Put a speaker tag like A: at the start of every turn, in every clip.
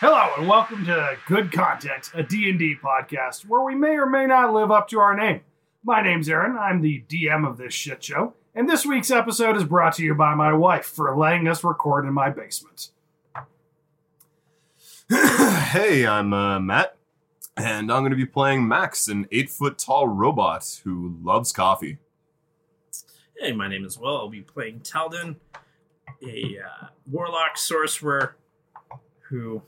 A: Hello and welcome to Good Content, a D&D podcast where we may or may not live up to our name. My name's Aaron, I'm the DM of this shit show, and this week's episode is brought to you by my wife for letting us record in my basement.
B: hey, I'm uh, Matt, and I'm going to be playing Max, an eight foot tall robot who loves coffee.
C: Hey, my name is Will. I'll be playing Talden, a uh, warlock sorcerer who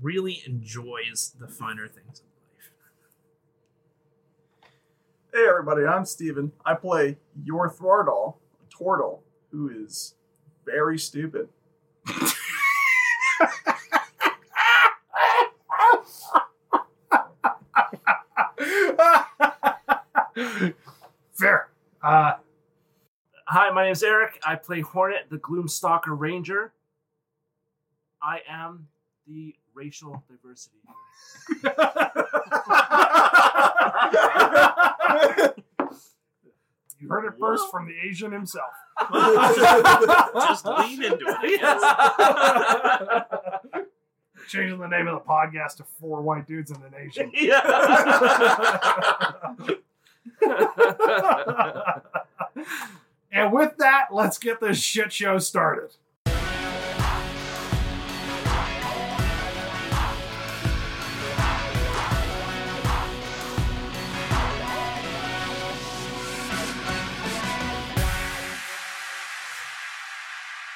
C: really enjoys the finer things in
D: Hey everybody, I'm Steven. I play your Thwardall, a Tortle, who is very stupid.
A: Fair. Uh,
E: Hi, my name's Eric. I play Hornet, the Gloomstalker Ranger. I am the racial diversity.
A: you heard it first from the Asian himself.
C: life. Just lean into it. I guess.
A: Changing the name of the podcast to Four White Dudes and an Asian. and with that, let's get this shit show started.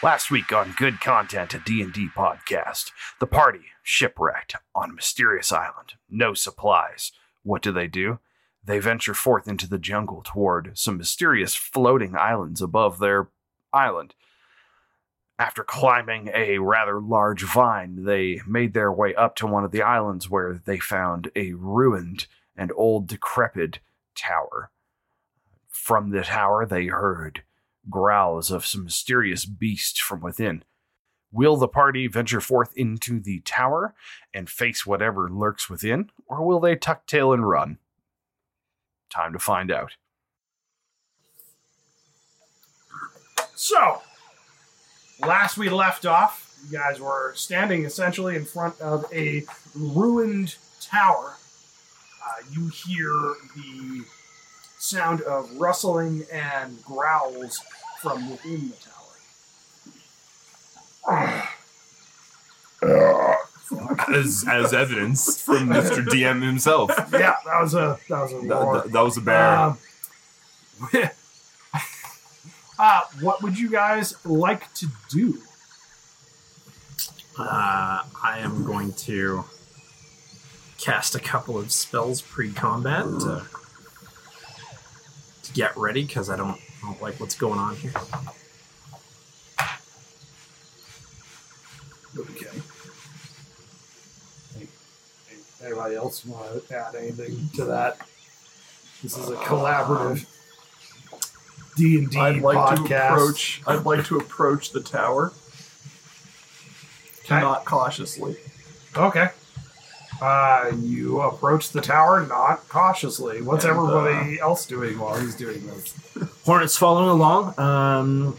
F: Last week on Good Content, a D&D podcast, the party shipwrecked on a mysterious island. No supplies. What do they do? They venture forth into the jungle toward some mysterious floating islands above their island. After climbing a rather large vine, they made their way up to one of the islands where they found a ruined and old decrepit tower. From the tower, they heard growls of some mysterious beast from within. Will the party venture forth into the tower and face whatever lurks within, or will they tuck tail and run? Time to find out.
A: So, last we left off, you guys were standing essentially in front of a ruined tower. Uh, you hear the sound of rustling and growls from within the tower.
B: As, as evidence from Mr. DM himself. Th-
A: Yeah, that was a that was a
B: th-
A: roar.
B: that was a bear.
A: Um, uh, what would you guys like to do?
C: Uh, I am going to cast a couple of spells pre-combat to, to get ready because I don't, I don't like what's going on here.
A: Okay. Anybody else want to add anything to that? This is a collaborative D and D
D: Uh, I'd like to
A: podcast.
D: approach. I'd like to approach the tower,
A: Okay.
D: not cautiously.
A: Okay. Uh, you approach the tower not cautiously. What's
D: And, uh,
A: everybody else doing while he's doing this?
E: Hornet's following along. Um,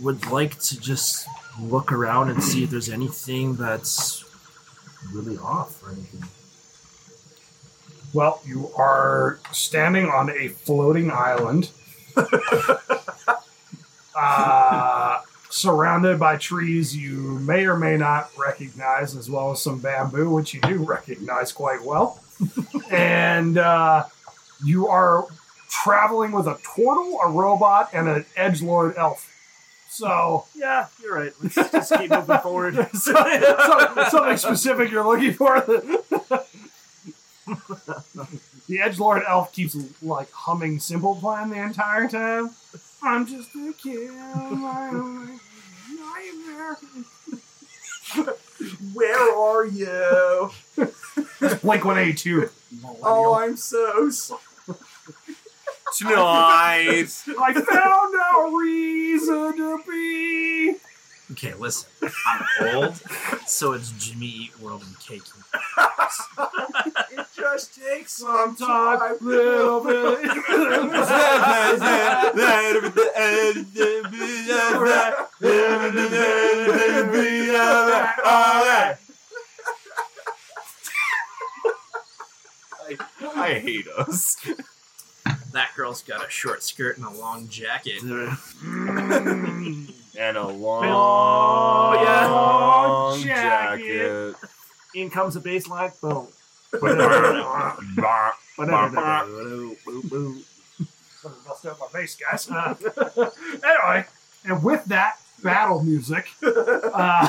E: would like to just look around and see if there's anything that's really off or anything.
A: Well, you are standing on a floating island, uh, surrounded by trees you may or may not recognize, as well as some bamboo, which you do recognize quite well. and uh, you are traveling with a turtle, a robot, and an edge lord elf. So,
E: Yeah, you're right. Let's just keep moving forward.
A: something, something specific you're looking for. the edge lord elf keeps like humming simple plan the entire time. I'm just a kid. I'm a nightmare.
D: Where are you?
A: Blink 182.
D: Oh, I'm so sorry.
B: Tonight!
A: I found a reason to be.
C: Okay, listen. I'm old, so it's Jimmy Eat World and Cake.
D: It just takes some time.
A: Sometimes, little bit.
B: Alright.
A: right, all right.
B: I hate us.
C: That girl's got a short skirt and a long jacket.
A: Mm.
B: And a long,
A: Oh, yeah. Long
B: jacket.
A: jacket.
E: In comes the bass line. Boom.
B: Bah.
A: Doesn't bust out my face, guys. Uh, anyway, and with that battle music, uh,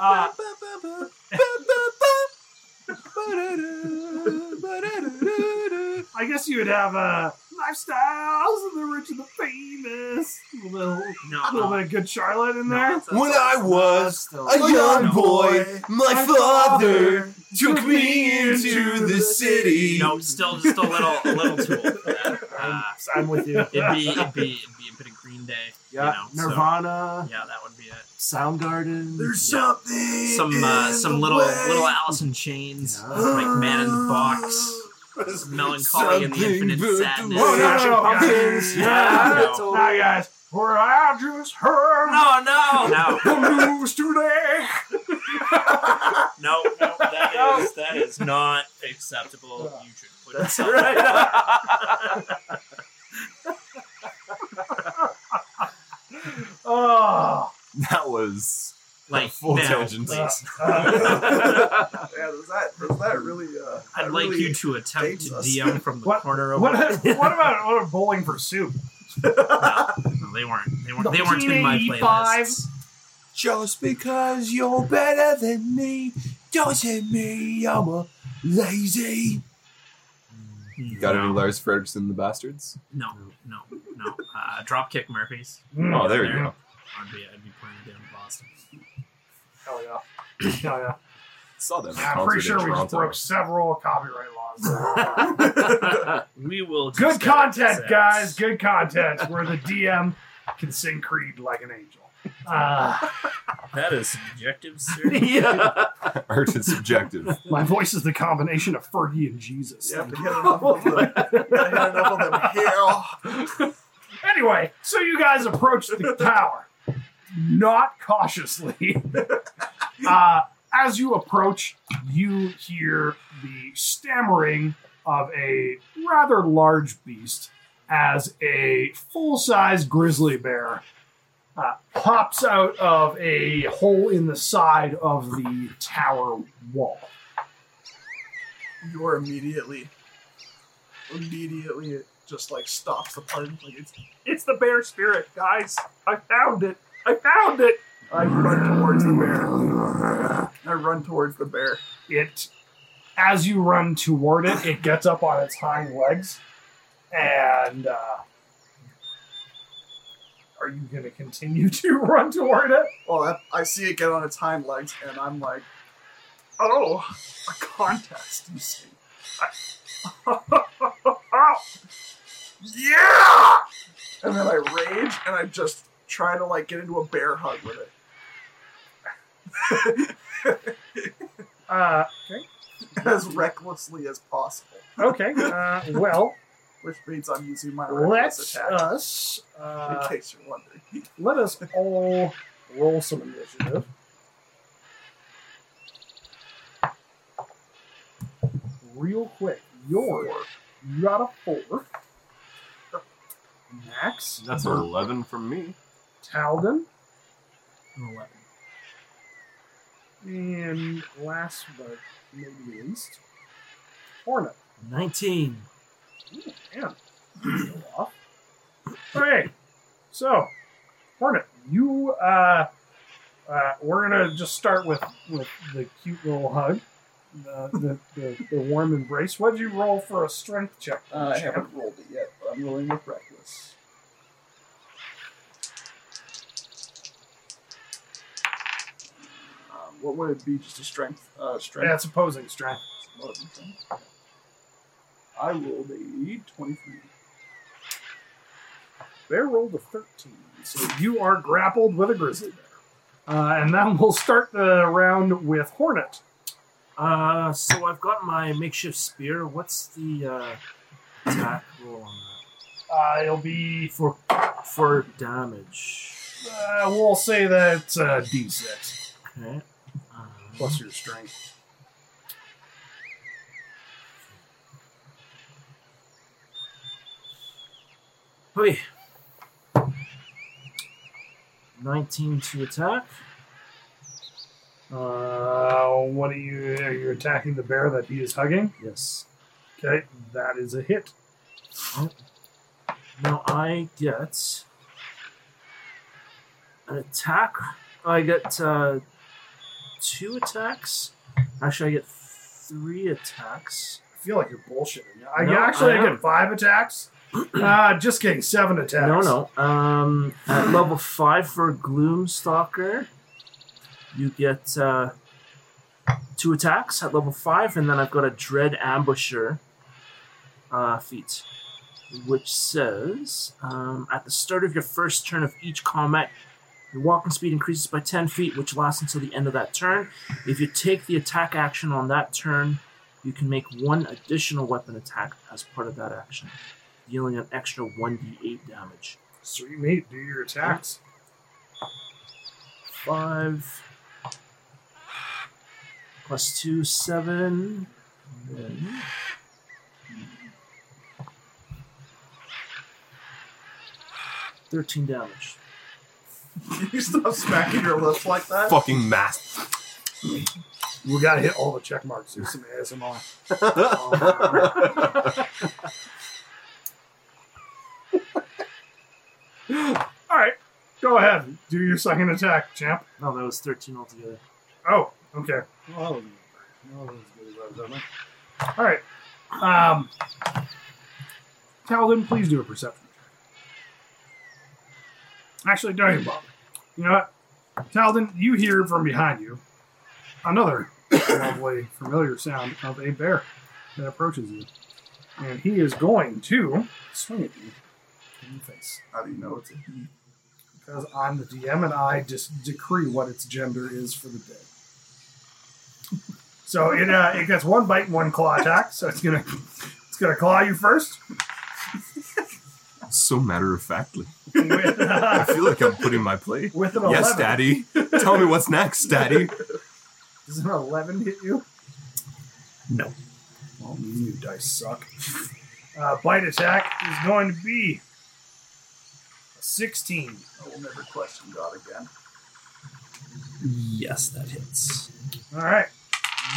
A: uh, I guess you would have uh, lifestyles and the rich and the famous. A little,
C: No, um,
A: a little bit of good Charlotte in there.
B: when I was a young boy, my father took me into the city.
C: no, still just a little, a little too old for that. Uh,
E: I'm with you.
C: it'd be, it'd be, it'd be a bit of Green Day.
E: Yeah.
C: You know, so-
E: Nirvana,
C: Yeah, that would be it.
E: Soundgarden.
B: something.
C: Some, uh,
B: in
C: some
B: the
C: little,
B: way.
C: little Alice in Chains,
E: Yeah.
C: like Man in the Box, Melancholy and the
B: Something
C: Infinite
B: but the
C: Sadness.
A: Oh, no, no, no, guys.
B: Pumpkins.
A: Yeah,
C: No.
A: no. Now, guys, where I just heard
C: no, no,
A: the news today.
C: no, no. That is, that is not acceptable. You should put That's it
A: Oh,
B: That was
C: Like
B: full
C: now.
B: tangent.
A: uh, uh,
D: yeah, does that does that really? Uh,
C: I'd
D: that
C: like
D: really-
C: you to attempt
D: dates
C: to
D: us.
C: DM from the
A: What-
C: corner
A: what,
C: over.
A: what about what about bowling for soup?
C: No, they weren't. They weren't.
A: The
C: They weren't in my
A: 1985.
C: playlists.
B: Just because you're better than me doesn't mean I'm a lazy. Got any Lars Fredericks and the Bastards?
C: No, no, no. Uh, Dropkick Murphys.
A: Mm.
B: Oh, there you
C: There.
B: go.
C: I'd be, I'd be playing down in Boston.
A: Hell yeah. Hell yeah.
B: Saw them.
A: Yeah, I'm pretty sure we just broke several copyright laws.
C: We will. just
A: Good
C: edit this
A: content,
C: out.
A: guys. Good content where the DM can sing Creed like an angel. Uh,
C: That is subjective, sir.
E: yeah.
B: Art is subjective.
A: my voice is the combination of Fergie and Jesus.
D: Yeah, but you had enough of them. You had enough of them here.
A: Anyway, so you guys approach the tower, not cautiously. Uh, as you approach, you hear the stammering of a rather large beast as a full size grizzly bear uh, pops out of a hole in the side of the tower wall.
D: You are immediately, immediately, it just like stops the party. Like it's, it's the bear spirit, guys. I found it. I found it. I run towards the bear. I run towards the bear.
A: it as you run toward it it gets up on its hind legs and uh, are you going to continue to run toward it
D: Well, I, I see it get on its hind legs, and I'm like, oh, a contest, you see.
A: Oh,
D: I- yeah! And then I rage, and I just try to, like, get into a bear hug with it.
A: uh,
D: As recklessly as possible.
A: okay uh, well
D: Which means I'm using my reckless
A: let
D: attack,
A: us uh,
D: in case you're wondering.
A: let us all roll some initiative real quick your you got a four max
B: That's an 11 from me.
A: Talden
C: Eleven.
A: and last but not least, Hornet.
E: 19.
A: Damn. Go off. Okay, so Hornet, you uh, uh, we're gonna just start with with the cute little hug, the the, the, the warm embrace. What'd you roll for a strength check?
D: Uh, I
A: champ?
D: haven't rolled it yet, but I'm rolling with reckless. Um, what would it be? Just a strength, uh,
A: Yeah, it's
D: strength.
A: opposing strength.
D: I rolled a twenty-three.
A: Bear rolled a 13. So you are grappled with a grizzly bear. Uh, and then we'll start the round with Hornet.
E: Uh, so I've got my makeshift spear. What's the uh, attack roll on
A: Uh, it'll be
E: that? For, for damage.
A: Uh, we'll say that's uh, D6
E: Okay. Um,
A: plus your strength.
E: Oy. 19 to attack.
A: Uh, what are you? Are you attacking the bear that he is hugging?
E: Yes.
A: Okay, that is a hit.
E: Now I get an attack. I get uh, two attacks. Actually, I get three attacks.
A: I feel like you're bullshitting. I
E: No,
A: actually
E: I
A: I
E: am.
A: get five attacks. uh, just kidding, seven attacks.
E: No, no. Um, at level five for Gloomstalker, you get uh, two attacks at level five, and then I've got a Dread Ambusher uh, feat, which says um, at the start of your first turn of each combat. Your walking speed increases by 10 feet, which lasts until the end of that turn. If you take the attack action on that turn, you can make one additional weapon attack as part of that action dealing an extra 1d8 damage.
A: Sweet meat, do your attacks.
E: 5 plus 2, 7. and Then. Thirteen damage.
D: You stop smacking your lips like that.
B: Fucking math.
A: We gotta hit all the check marks. Do some ASMR. All right, go ahead. Do your second attack, champ.
E: No, Oh, that was thirteen altogether.
A: Oh, okay. Well, Oh, that wasn't as good as I was hoping. All right. Um, Talden, please do a perception. check. Actually, don't even bother. You know what? Talden, you hear from behind you another lovely, familiar sound of a bear that approaches you. And he is going to swing at you in the face.
D: How do you know it's a he?
A: Because I'm the DM and I just decree what its gender is for the day. So it uh, it gets one bite and one claw attack. So it's gonna it's gonna claw you first.
B: So matter of factly.
A: With,
B: I
A: uh,
B: feel like I'm putting my plate.
A: with an
B: Yes,
A: eleven,
B: Daddy. Tell me what's next, Daddy.
A: does an eleven hit you?
C: No.
A: Well, these new dice suck. Uh, bite attack is going to be a sixteen.
D: I will never question God again.
C: Yes, that hits.
A: All right,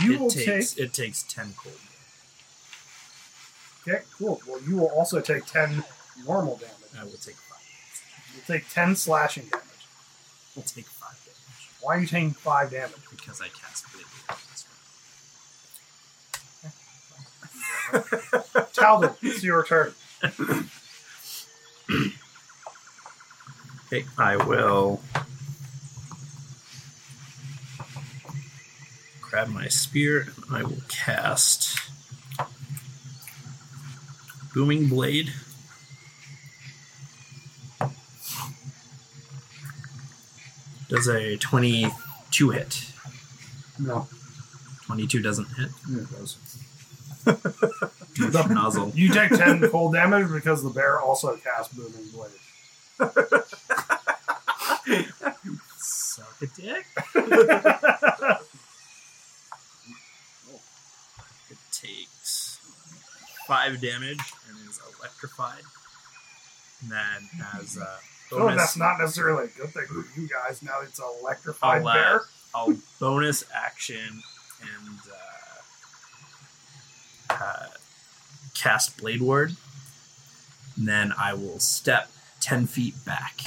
A: you
C: it
A: will
C: takes it takes ten cold.
A: take. Okay, cool. Well, you will also take ten normal damage.
C: I will take five.
A: You'll take ten slashing damage.
C: I'll take five damage
A: Why are you taking five damage?
C: because I cast bleed.
A: Talbot, it's your turn.
C: Okay, I will grab my spear and I will cast booming blade. Does a twenty-two hit?
A: No.
C: Twenty-two doesn't hit.
A: It goes.
C: Nozzle.
A: You take 10 cold damage because the bear also casts Booming Blade.
C: Suck a dick. It takes five damage and is electrified. And then as a
A: Oh, that's
C: bonus,
A: not necessarily a good thing for you guys now it's an electrified
C: I'll, uh,
A: bear.
C: I'll bonus action and uh, uh, cast Blade Ward. And then I will step ten feet back.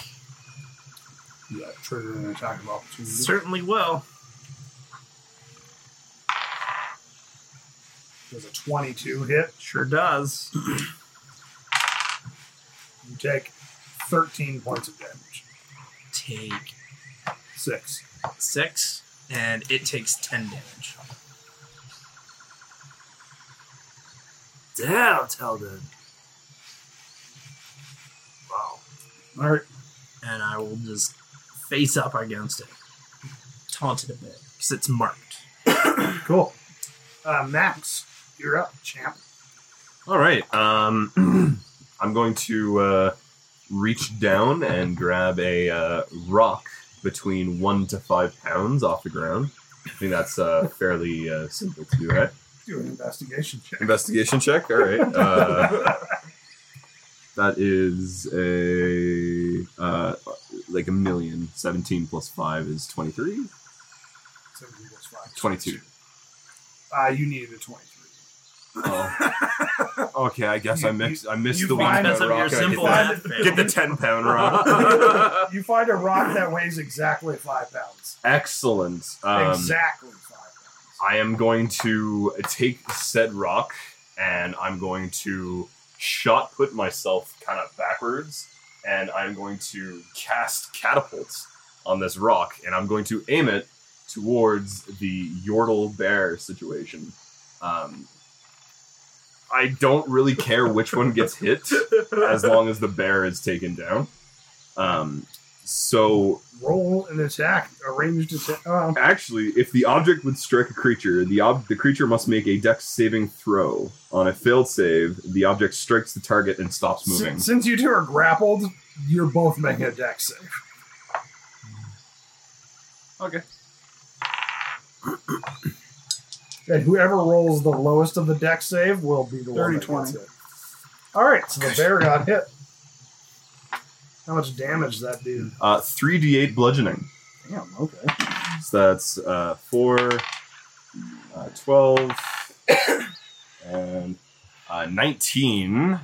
A: Yeah, trigger an attack of opportunity.
C: Certainly will.
A: There's a 22 hit.
C: Sure does.
A: You take 13 points of damage.
C: Take
A: Six.
C: six, and it takes ten damage.
E: Damn, Talden.
A: All right.
C: and I will just face up against it, taunt it a bit because it's marked.
A: Cool. Uh, Max, you're up, champ.
B: All right. Um, I'm going to uh, reach down and grab a uh, rock between one to five pounds off the ground. I think that's uh, fairly uh, simple to do, right?
A: Do an investigation check.
B: Investigation check. All right. Uh, that is a uh, like a million. Seventeen plus five is twenty-three.
A: Seventeen plus five.
B: Twenty-two.
A: Uh, you needed a 23.
B: Oh. Okay, I guess I mixed. I missed
A: you
B: the one
A: find
B: that
A: some of
B: rock.
A: your
B: and I
A: simple
B: get,
A: math
B: the, get the ten pound rock.
A: you find a rock that weighs exactly five pounds.
B: Excellent. Um,
A: exactly five
B: I am going to take said rock and I'm going to shot put myself kind of backwards and I'm going to cast catapult on this rock and I'm going to aim it towards the Yordle bear situation. Um, I don't really care which one gets hit as long as the bear is taken down. Um, so
A: pounds. Roll an attack, a ranged attack. Um,
B: Actually, if the object would strike a creature, the ob- the creature must make a dex saving throw. On a failed save, the object strikes the target and stops moving.
A: since, since you two are grappled, you're both making a deck save.
B: Okay.
A: And whoever rolls the lowest of the deck save will be the one
D: 30,
A: that
D: 20.
A: gets it. All right, so the bear got hit. How much damage that dude?
B: Uh, 3d8 bludgeoning.
A: Damn. Okay.
B: So that's uh, 4, uh, 12, and uh, 19.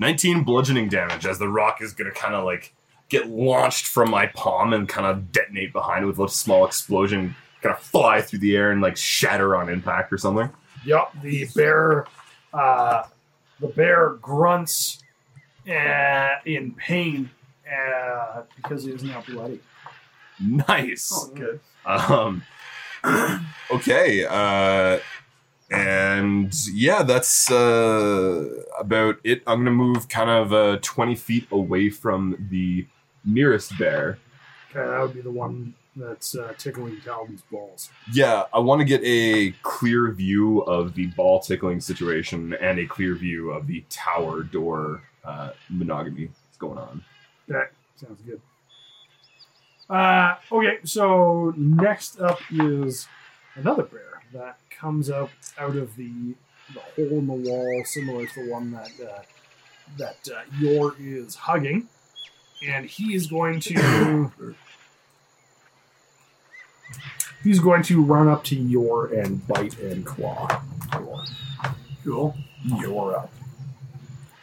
B: 19 bludgeoning damage as the rock is going to kind of like get launched from my palm and kind of detonate behind it with a small explosion, kind of fly through the air and like shatter on impact or something.
A: Yep, the bear, uh, the bear grunts uh, in pain uh, because he is now bloody.
B: Nice.
A: Oh,
D: good.
B: Um, okay. Uh, and yeah, that's uh, about it. I'm going to move kind of uh, 20 feet away from the nearest bear.
A: Okay, that would be the one that's uh, tickling Talon's balls.
B: Yeah, I want to get a clear view of the ball tickling situation and a clear view of the tower door uh, monogamy that's going on.
A: Sounds good. Uh, okay, so next up is another bear that comes up out of the, the hole in the wall, similar to the one that uh, that uh, Yor is hugging, and he is going to he's going to run up to Yor and bite and claw. Yor. Cool. Yor up.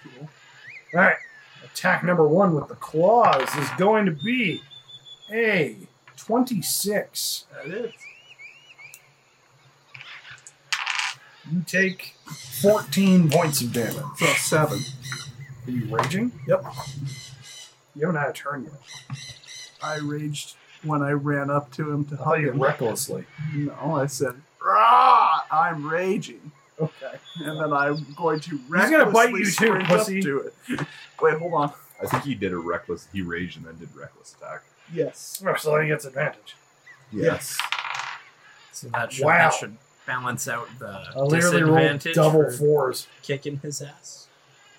A: Cool. All right attack number one with the claws is going to be a 26. That is. You take 14 points of damage.
D: So seven.
A: Are you raging? Yep. You haven't had a turn yet.
D: I raged when I ran up to him to
A: I thought
D: hug
A: you
D: him.
A: recklessly.
D: No, I said, "Rah! I'm raging,"
A: Okay.
D: and then I'm going to
A: He's gonna bite
D: recklessly
A: you too,
D: sprint
A: pussy.
D: up to it. Wait, hold on.
B: I think he did a reckless, he raged and then did reckless attack.
D: Yes.
A: Oh, so he gets advantage.
B: Yes.
C: So that should,
A: Wow.
C: that should balance out the
A: I literally rolled
C: disadvantage
A: double
C: for
A: fours.
C: kicking his ass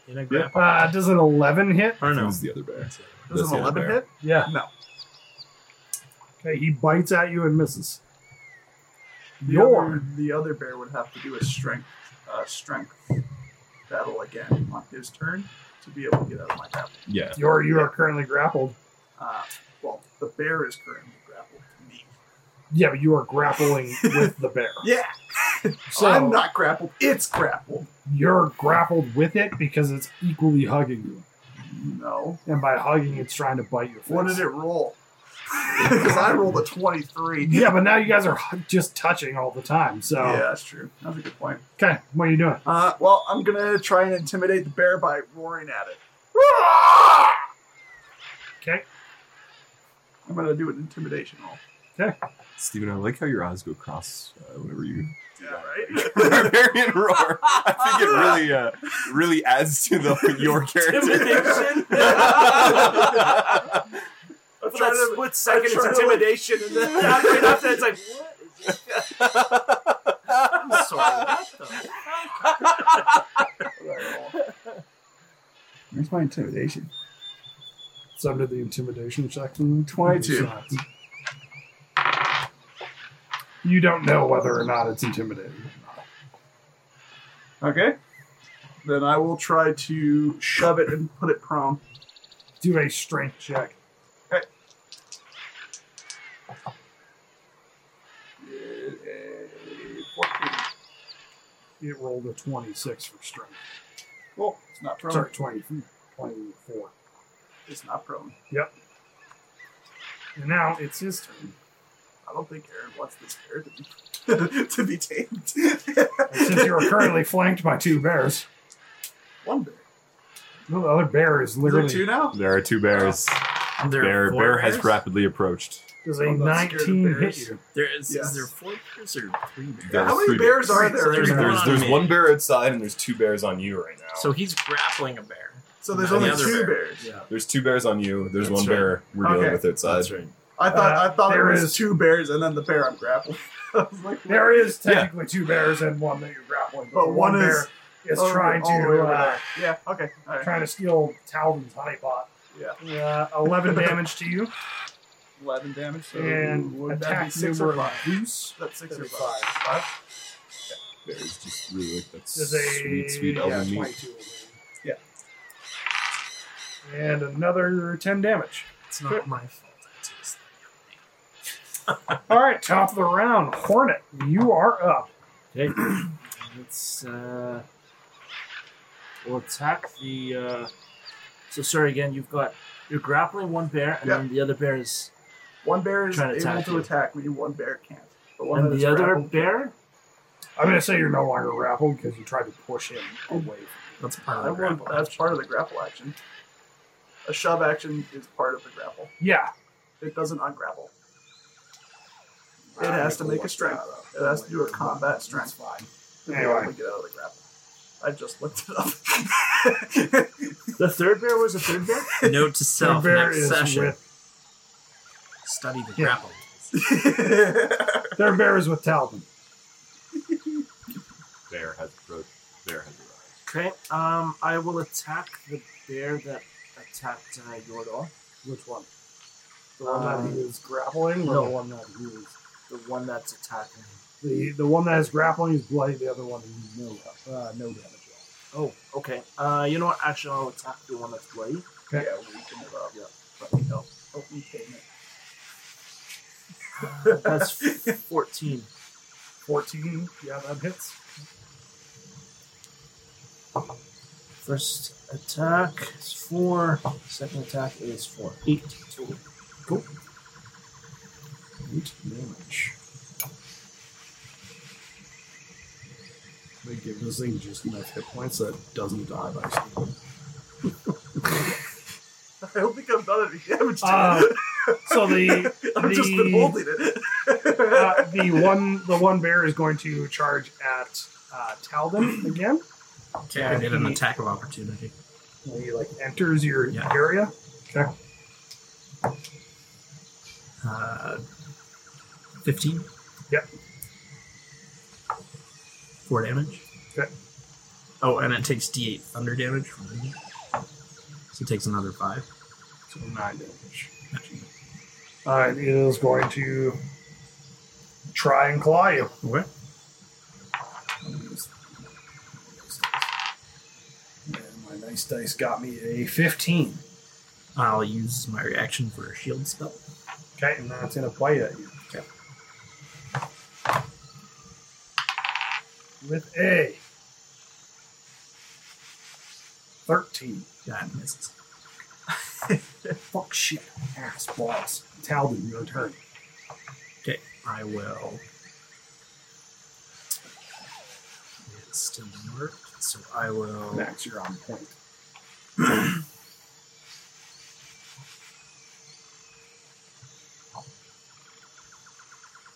C: in a grapple.
A: Uh, does an 11 hit?
C: Or no.
B: Who's the other bear?
D: Does
B: That's the
D: an
B: other
D: eleven
B: bear.
D: hit?
A: Yeah.
D: No.
A: Okay, he bites at you and misses.
D: The
A: Your
D: other, the other bear would have to do a strength uh, strength battle again on his turn to be able to get out of my grapple.
B: Yeah.
A: your you are currently grappled.
D: Uh, well, the bear is currently grappled to me.
A: Yeah, but you are grappling with the bear.
D: Yeah,
A: So
D: I'm not grappled. It's grappled.
A: you're grappled with it because it's equally hugging you.
D: No.
A: And by hugging, it's trying to bite your face.
D: What did it roll? Because I rolled a 23.
A: Yeah, but now you guys are hu- just touching all the time. So,
D: Yeah, that's true. That's a good point.
A: okay, what are you doing?
D: Uh, well, I'm going to try and intimidate the bear by roaring at it.
A: Okay,
D: I'm going to do an intimidation roll.
B: Steven, I like how your eyes go across uh, whenever you
D: Yeah, right?
B: barbarian roar. I think it really, uh, really adds to the your
E: Intimidation.
B: character.
E: For
D: trying
E: that
D: to-
E: split second, it's
D: trying to, like-
E: intimidation, and then after, after that, it's like,
C: I'm sorry. What the?
D: Where's my intimidation?
A: So I did the intimidation check.
D: Mm,
B: 22.
A: You don't know whether or not it's intimidating.
D: Okay. Then I will try to shove it and put it prone.
A: Do a strength check. It rolled a 26 for strength.
D: Well, it's not prone.
A: Sorry, 20, 24.
D: It's not prone.
A: And now it's his turn.
D: I don't think Aaron wants this bear to be to be tamed.
A: Since you're currently flanked by two bears,
D: One bear.
A: no, the other bear is
D: Is there
A: literally.
D: two now?
B: There are two bears.
C: There are
B: Bear,
C: four
B: bear has
C: bears?
B: rapidly approached.
A: Does a
D: I'm not scared of
A: 19 hit
D: bears.
A: you?
C: There is,
D: Yes.
C: is there four bears or three bears?
B: There are
D: How many
B: three
D: bears are
C: Right, so
D: there?
C: there's
D: Aaron?
C: one
B: There's,
C: on
B: there's
C: me.
B: one bear outside and there's two bears on you right now.
C: So he's grappling a bear.
D: so there's
C: and the
D: only
C: other
D: two
C: bear.
D: bears.
B: there's two bears on you. There's
F: That's
B: one
F: right.
B: bear we're dealing
D: Okay.
B: with outside.
F: right.
D: I thought
A: Uh,
D: I thought
A: there
D: there was
A: is-
D: two bears and then the bear I'm grappling. I was like,
A: There is
B: Yeah.
A: technically two bears and one that you're grappling, but,
D: But
A: one,
D: one
A: bear
D: is
A: is
D: all the-
A: trying
D: all the way
A: to
D: over
A: uh,
D: there. Yeah. Okay. All right.
A: trying to steal Talvin's honey pot.
D: Yeah.
A: Uh, 11 damage to you
D: Eleven damage. So
A: and
D: would that be
A: attack
D: six
A: number
D: or
A: of
D: five?
A: goose.
D: That's six
A: That
D: or
A: is
D: five.
B: Bears just really like that
A: There's a
B: sweet, sweet
A: yeah,
B: elven meat.
A: 22 over there. And another 10 damage.
C: It's not my fault. It's his.
A: All right, top of the round, Hornet, you are up.
E: Okay. Let's uh we'll attack the uh so sorry again, you've got you're grappling one bear and
D: Yeah.
E: then the other bear is
D: One bear is
E: Trying to
D: able
E: attack
D: to
E: you.
D: attack me. One bear can't. But one
E: and
D: that is
E: the other
D: grappled-
E: bear?
A: I'm going to say you're no longer grappled because you tried to push him away from you.
C: That's part of
D: I
C: the
D: want,
C: grapple.
D: that's part of the grapple action. A shove action is part of the grapple.
A: Yeah.
D: It doesn't ungrapple. It has to make a strength. It has to do a combat strength. to be able
A: Anyway.
D: to get out of the grapple. I just looked it up.
E: The third bear was the third bear?
C: Note to
A: The
C: self:
A: bear
C: next
A: is
C: session,
A: with
C: study the
A: Yeah.
C: grapple.
A: their bear is with Talvin.
B: Bear has approached. Bear has arrived.
E: Okay. Um I will attack the bear that attacked uh, Yordle.
A: Which one? The one that he is grappling, or
E: no.
A: the one that he is
E: The one that's attacking him.
A: the the one that is grappling is bloody. The other one is no uh, no damage. at
E: Oh, okay. Uh you know what? Actually I'll attack the one that's bloody.
A: Okay.
D: Yeah, we can it up. Yeah. Fucking help. Help me tame it.
E: That's fourteen.
A: all. Fourteen. Yeah, that hits.
E: First attack is four. Second attack is four. Eight total. Cool. Eight damage.
A: They give this thing just enough hit points that it doesn't die by sleep.
D: I don't think I've done any damage to
A: Uh,
D: it.
A: So the
D: I've just been
A: the-
D: holding it.
A: uh, the one the one bear is going to charge at uh, Talden again.
C: Okay, I did an attack of opportunity.
A: When he like enters your
C: Yeah.
A: area. Okay.
C: Uh, Fifteen.
A: Yep.
C: Four damage.
A: Okay.
C: Oh, and it takes D8 thunder damage. From me. so it takes another five.
A: So nine damage. Uh, it is going to try and claw you.
C: Okay.
A: And my nice dice got me a 15.
C: I'll use my reaction for a shield spell.
A: Okay, and that's going to bite at you.
C: Okay.
A: With a 13.
C: That misses.
A: Fuck shit. Ass balls. Talbot, your turn.
C: Okay, I will. It still worked, so I will.
A: Max, you're on point.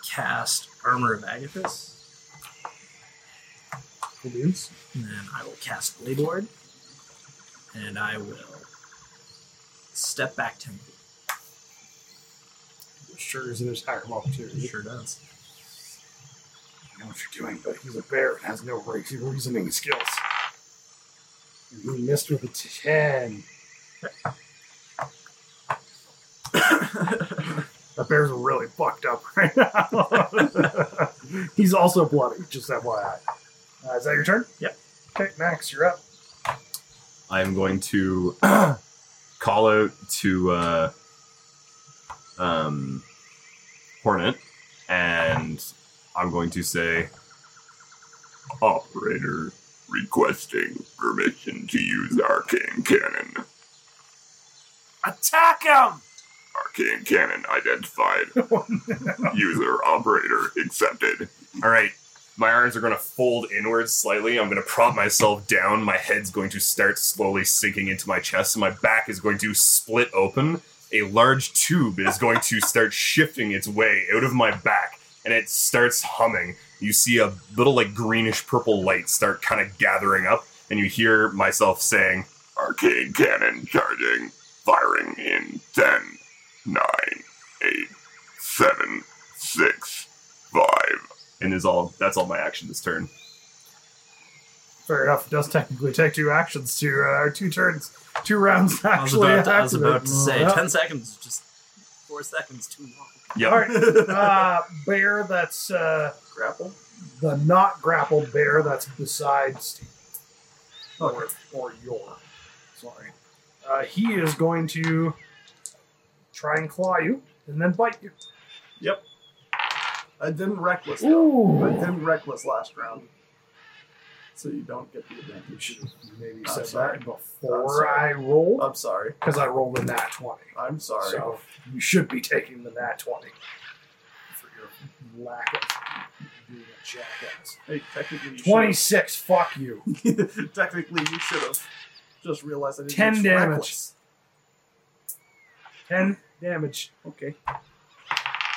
C: cast Armor of Agathis.
A: It is.
C: And then I will cast Blade Ward. And I will step back 10 feet.
A: Sure is an attack of opportunity.
C: Sure does.
A: I know what you're doing, but he's a bear and has no re- reasoning skills. And he missed with a 10. That bear's really fucked up right now. He's also bloody, just FYI. Uh, is that your turn?
C: Yep.
A: Okay, Max, you're up.
B: I'm going to call out to uh, um, Hornet, and I'm going to say, "Operator, requesting permission to use arcane cannon.
E: Attack him!
B: Arcane cannon identified. User operator accepted. All right. My arms are going to fold inwards slightly. I'm going to prop myself down. My head's going to start slowly sinking into my chest. and My back is going to split open. A large tube is going to start shifting its way out of my back and it starts humming. You see a little like greenish purple light start kind of gathering up and you hear myself saying, Arcane cannon charging, firing in 10, nine, eight, seven, six, five. And is all that's all my action this turn.
A: Fair enough. It does technically take two actions to, uh, or two turns, two rounds
C: I was,
A: actually.
C: about to, I was about
A: activate.
C: to say,
A: Yeah.
C: 10 seconds is just four seconds too long.
B: Yeah.
A: All right. Uh, bear that's uh,
D: Grapple?
A: the not grappled bear that's beside Steve.
D: Okay.
A: Or, or your. Sorry. Uh, he is going to try and claw you and then bite you.
D: I didn't reckless though. I
A: Ooh.
D: didn't reckless last round. So you don't get the advantage.
A: Maybe
D: I'm
A: said
D: sorry.
A: that
D: I'm
A: before I
D: sorry.
A: rolled.
D: I'm sorry.
A: Because Uh, I rolled a nat 20.
D: I'm sorry.
A: So you should be taking the nat 20 for your lack of being a jackass.
D: Hey, technically you
A: 26, fuck you.
D: should've- technically you should have just realized I didn't
A: 10
D: use
A: damage.
D: reckless.
A: 10 damage. Okay.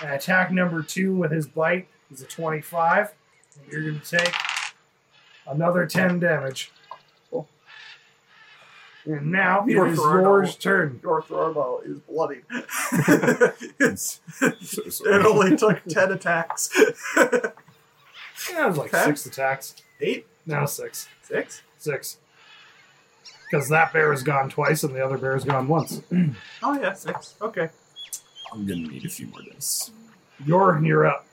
A: And attack number two with his bite is a 25. And you're going to take another 10 damage. And now
D: You're
A: it is
D: throwing
A: yours
D: all-
A: turn.
D: Your throwbow is bloody.
B: So
D: It
B: sorry.
D: only took ten attacks.
A: Yeah, it was like
D: Okay.
A: six attacks.
D: Eight?
A: Now six.
D: Six?
A: Six. Because that bear has gone twice and the other bear has gone once.
D: Oh yeah, six. Okay.
B: I'm gonna need a few more dice.
A: You're, you're up.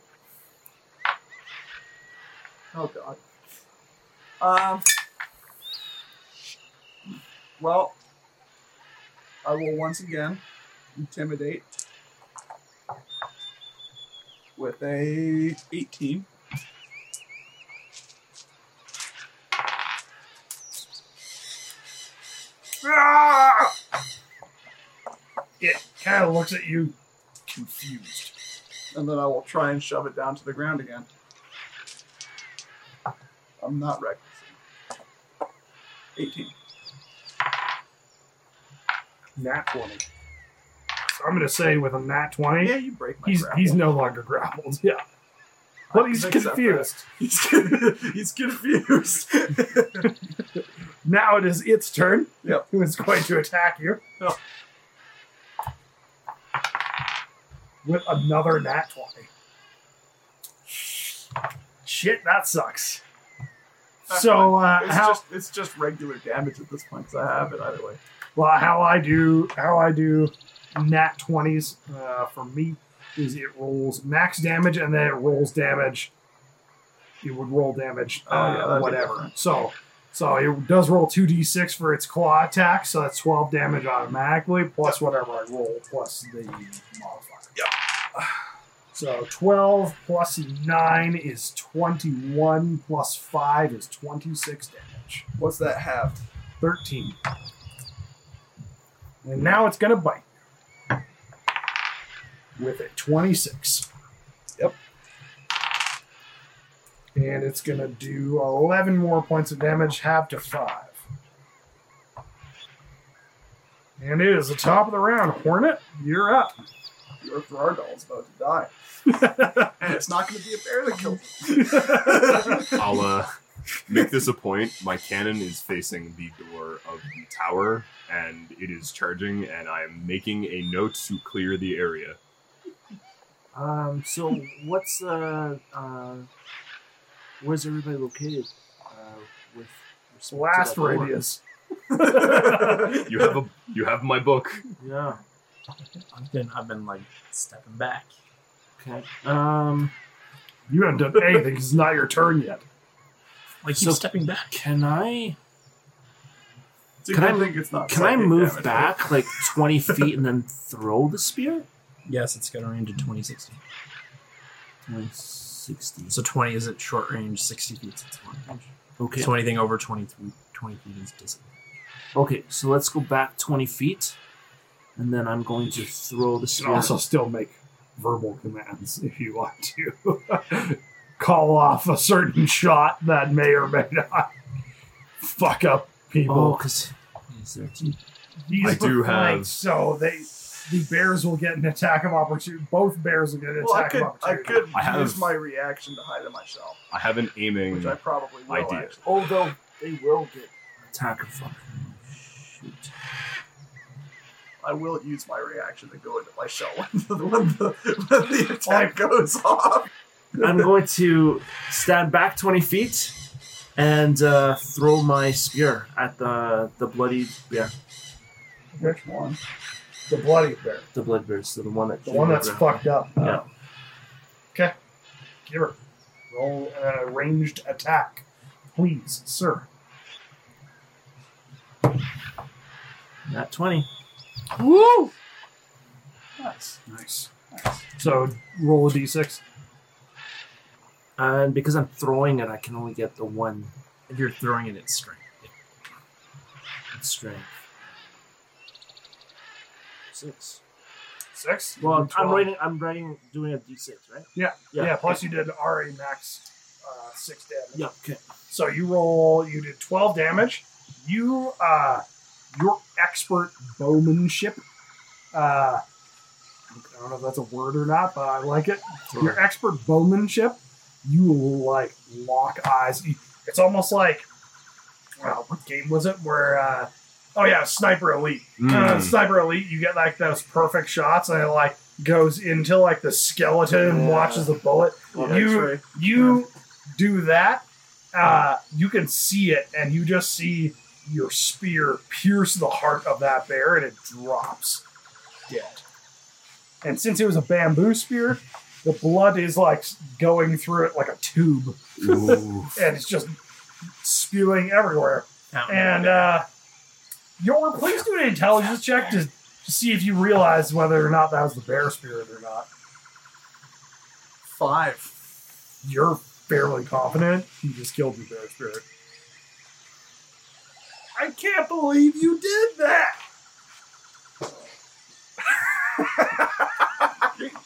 D: Oh god. Um. Well, I will once again intimidate with a 18.
A: Ah! It kind of looks at you confused.
D: and then I will try and shove it down to the ground again. I'm not reckless. 18.
A: Nat 20. So I'm going to say with a nat 20,
D: Yeah, you break my
A: he's,
D: grapple.
A: he's no longer grappled. Yeah. But he's
D: I can accept
A: confused.
D: He's, con- he's confused.
A: Now it is its turn.
D: Yep.
A: Who is going to attack you.
D: Yep.
A: With another nat 20. Shit, that sucks. So, uh,
D: it's,
A: how,
D: just, it's just regular damage at this point, so I have it either way.
A: Well, how I do how I do nat twenties uh, for me is it rolls max damage and then it rolls damage. It would roll damage,
D: Oh, yeah,
A: uh,
D: that'd be
A: whatever.
D: different.
A: So, so it does roll two d six for its claw attack, so that's twelve damage automatically plus whatever I roll plus the modifier.
B: Yeah.
A: So twelve plus nine is twenty one plus five is twenty six damage.
D: What's that half?
A: 13. And now it's going to bite. With a 26.
D: Yep.
A: And it's going to do 11 more points of damage, half to 5. And it is the top of the round. Hornet, you're up.
D: Your Thrardol's about to die. and it's not going to be a bear that killed him.
B: I'll uh, make this a point. My cannon is facing the door of the tower, and it is charging. And I am making a note to clear the area.
E: Um, so what's uh uh where's everybody located? Uh with respect to
A: Blast
E: that door?
A: radius.
B: You have a you have my book.
E: Yeah.
C: I've been, I've been like stepping back.
E: Okay. Um,
A: You haven't done anything 'cause it's not your turn yet.
C: Like
E: So-
C: keep stepping back.
E: can I
D: It's a
E: Can
D: good
E: I-
D: thing it's not
E: can I
D: psychic
E: move
D: damage.
E: back like twenty feet and then throw the spear?
C: Yes, it's got a range of 20, 60.
E: Twenty sixty.
C: So 20 is at short range, 60 feet is at long range.
E: Okay.
C: So anything over 20, th- 20 feet is disadvantage.
E: Okay. So let's go back twenty feet, and then I'm going to throw the
A: You
E: spear.
A: can also still make verbal commands if you want to. Call off a certain shot that may or may not fuck up
E: oh,
A: people.
E: because he's thirteen.
A: These
B: I
A: look
B: do
A: flank,
B: have-
A: so they the bears will get an attack of opportunity. Both bears will get an
D: Well, I
A: attack
D: could,
A: of
D: I
A: opportunity.
D: could
B: I have-
D: use my reaction to hide it myself,
B: I have an aiming.
D: which I probably will.
B: Idea.
D: actually.
E: Oh, they'll they will get attack of fucking shoot.
D: I will use my reaction to go into my shell when the, when the, when the attack goes off.
E: I'm going to stand back 20 feet and uh, throw my spear at the the bloody bear.
A: Which one? The bloody bear.
E: The blood bear, so the one that
A: The one that's
E: Yeah.
A: fucked up.
E: Yeah.
A: Okay. Give her. Roll a ranged attack. Please, sir.
E: Not 20.
A: Woo! Nice. Nice. So roll a d6.
E: And because I'm throwing it, I can only get the one
C: If you're throwing it at strength.
E: strength. Six.
A: Six?
E: Well, I'm
A: Twelve.
E: writing. I'm writing. Doing a d6, right?
A: Yeah.
E: yeah.
A: plus you did RA max uh, six damage.
E: Yeah. Okay.
A: So you roll, you did 12 damage. You, uh, your expert bowmanship, uh, I don't know if that's a word or not, but I like it. Your expert bowmanship, you like lock eyes. It's almost like, well, what game was it where, uh, oh yeah, Sniper Elite. Uh,
B: Mm.
A: Sniper Elite, you get like those perfect shots and it like goes into like the skeleton and watches the bullet you you do that uh, you can see it and you just see your spear pierce the heart of that bear and it drops dead and since it was a bamboo spear the blood is like going through it like a tube
B: Ooh.
A: and it's just spewing everywhere and uh your please do an intelligence check to, to see if you realize whether or not that was the bear spirit or not
D: Five.
A: you're fairly confident you just killed the bear spirit. I can't believe you did that.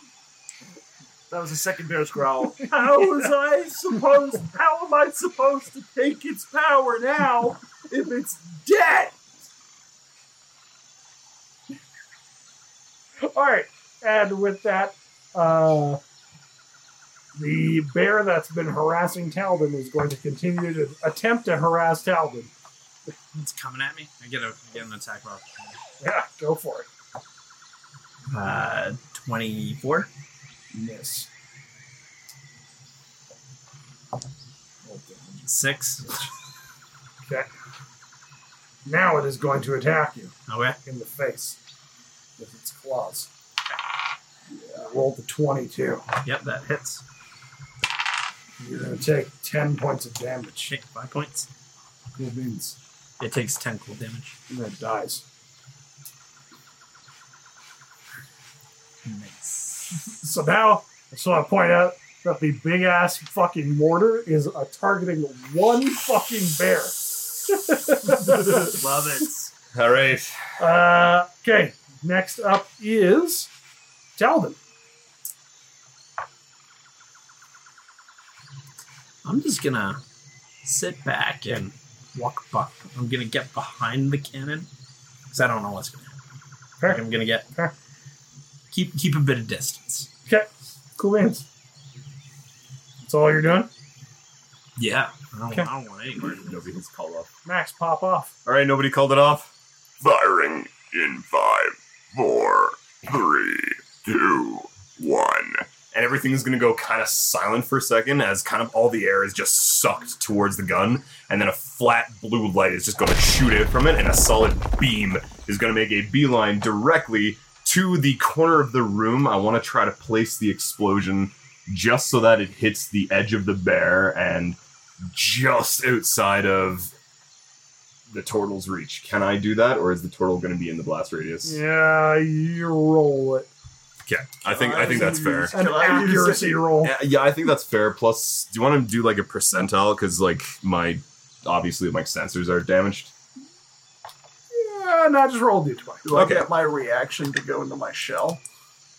E: That was the second bear's growl.
D: How was I supposed? How am I supposed to take its power now if it's dead?
A: All right, and with that, uh, the bear that's been harassing Talbot is going to continue to attempt to harass Talbot.
C: It's coming at me. I get a I get an attack of opportunity.
A: Yeah, go for it.
C: Uh, twenty-four.
A: Miss.
C: Six.
A: Okay. Now it is going to attack you
C: Okay.
A: in the face with its claws. Yeah, roll the twenty-two.
C: Yep, that hits.
A: You're going to take 10 points of damage.
C: Shit, five points.
A: That means
C: It takes ten cool damage.
A: and then it dies.
C: Nice.
A: So now, I just want to point out that the big ass fucking mortar is uh, targeting one fucking bear.
C: Love it.
B: All right.
A: Uh, okay, next up is Talbot.
C: I'm just gonna sit back and walk back. I'm gonna get behind the cannon because I don't know what's gonna happen.
A: Fair.
C: Like, I'm gonna get
A: Fair.
C: keep keep a bit of distance.
A: Okay, cool beans. That's all you're doing?
C: Yeah, I don't,
A: Okay.
C: I don't want anywhere. near
B: Nobody has called off.
A: Max, pop off.
B: All right. Nobody called it off.
G: Firing in five, four, three, two, one.
B: and everything is going to go kind of silent for a second as kind of all the air is just sucked towards the gun and then a flat blue light is just going to shoot out from it and a solid beam is going to make a beeline directly to the corner of the room. I want to try to place the explosion just so that it hits the edge of the bear and just outside of the turtle's reach. Can I do that, or is the turtle going to be in the blast radius?
A: Yeah, you roll it.
B: Okay, I think I think that's fair.
A: An
D: Can I use
A: accuracy roll.
B: Yeah, yeah, I think that's fair. Plus, do you want to do like a percentile? Because like my obviously my sensors are damaged.
A: Yeah, no, just roll d20.
D: Do I
B: Okay.
D: get my reaction to go into my shell?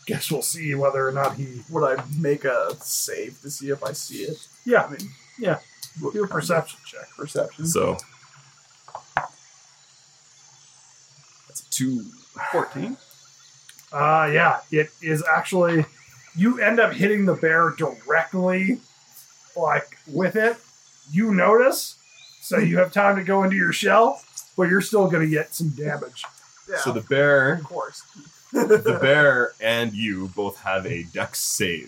A: Guess we'll see whether or not he.
D: Would I make a save to see if I see it?
A: Yeah,
D: I mean,
A: Yeah.
D: what
A: do a
D: kind of
A: perception check. Mm-hmm.
D: Perception.
B: So that's a two.
D: 14.
A: Uh, yeah, it is actually. You end up hitting the bear directly, like with it. You notice, so you have time to go into your shell, but you're still going to get some damage.
D: Yeah,
B: So the bear,
D: of course.
B: the bear, and you both have a dex save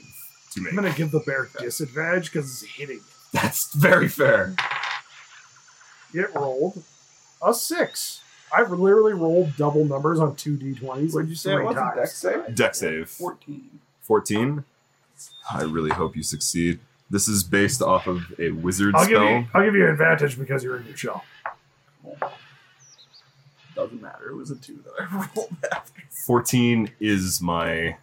B: to
A: I'm
B: make.
A: going to give the bear disadvantage because it's hitting.
B: That's very fair.
A: It rolled a six. I've literally rolled double numbers on two d20s.
D: What'd you say it
A: three
D: was? A
A: times.
D: dex save?
B: Dex save
D: 14.
B: fourteen. I really hope you succeed. This is based off of a wizard
A: I'll give
B: spell.
A: you. I'll give you advantage because you're in your shell.
D: Doesn't matter. It was a 2 that I rolled after.
B: Fourteen is my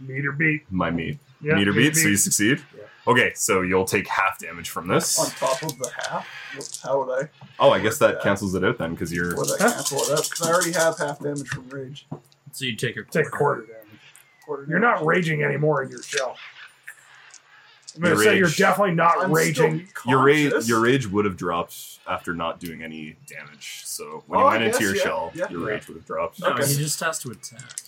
A: Meter beat.
B: my meat.
A: Yeah,
B: meter beat, so you succeed.
A: Yeah.
B: Okay, so you'll take half damage from
D: On
B: this.
D: top of the half? What- How would I?
B: Oh, I guess that
D: Yeah.
B: cancels it out then, because you're
D: Would I cancel it out? Because I already have half damage from rage.
C: So you take a
A: take quarter damage.
D: Quarter
A: You're
D: damage.
A: not raging anymore in your shell. I'm gonna
B: You
A: say you're
B: rage.
A: definitely not
D: I'm
A: raging.
D: still
B: your rage.
D: conscious.
B: Your rage would have dropped after not doing any damage. So when
D: Oh,
B: you
D: I
B: went into
D: guess,
B: your
D: yeah,
B: shell,
D: yeah.
B: your rage would have dropped.
C: No,
D: Okay.
C: he just has to attack.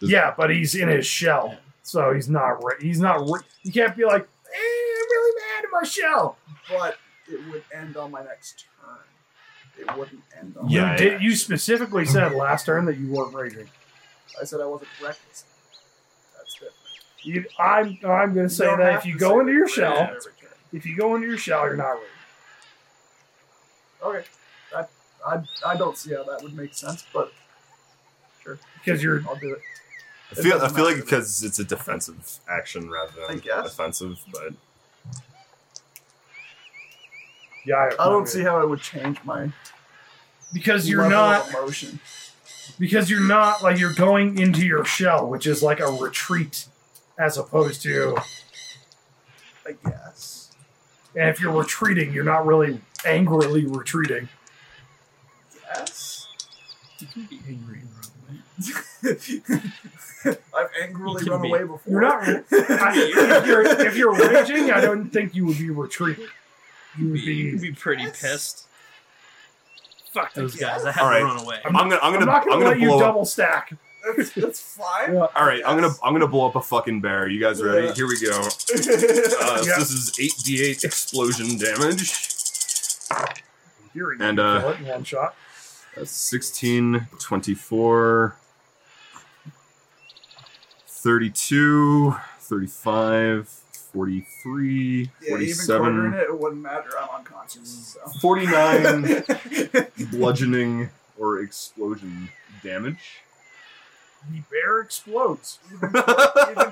A: Yeah, but he's in his shell,
C: Yeah.
A: so he's not. Ra- he's not. Ra- you can't be like, eh, I'm really mad at my shell.
D: But it would end on my next turn. It wouldn't end on.
B: Yeah,
A: you,
D: my
A: did,
D: next
A: you specifically said last turn that you weren't raging.
D: turn. I said I wasn't reckless. That's different.
A: You, I'm. I'm gonna say that if you go into your shell, if you go into your shell, you're not raging.
D: Okay. That, I, I don't see how that would make sense, but sure.
A: Because you're-
D: I'll do it.
B: I feel. I
D: doesn't
B: feel like
D: matter.
B: because it's a defensive action rather
D: I
B: than
D: guess.
B: offensive. But
A: Yeah,
D: I don't see how it would change my
A: because you're
D: level
A: not.
D: of emotion.
A: because you're not like you're going into your shell, which is like a retreat, as opposed to
D: I guess.
A: and if you're retreating, you're not really angrily retreating.
D: Yes.
C: You can be angry and run away.
D: I've
C: You
D: angrily
C: can
D: run
C: be.
D: away before.
A: You're not. I, if you're if you're raging, I don't think you would be retreating. You would
C: You
A: be.
C: can be pretty
D: Yes.
C: pissed. Fuck those guys. I have
B: All right.
C: to run away.
B: I'm, gonna. I'm
A: I'm
B: gonna.
A: not gonna, let you
B: blow up.
A: double stack.
D: That's, that's fine.
B: All right, I'm gonna. I'm gonna blow up a fucking bear. You guys ready?
D: Yeah.
B: Here we go. Uh,
A: Yeah.
B: This is eight d8 explosion damage.
A: You're you
B: And,
A: can
B: uh,
A: kill it in one shot.
B: That's 16, 24, 32, 35, 43,
D: yeah, even quartering
B: 47,
D: it, it wouldn't matter. I'm unconscious. So.
B: 49 bludgeoning or explosion damage.
A: The bear explodes,
D: even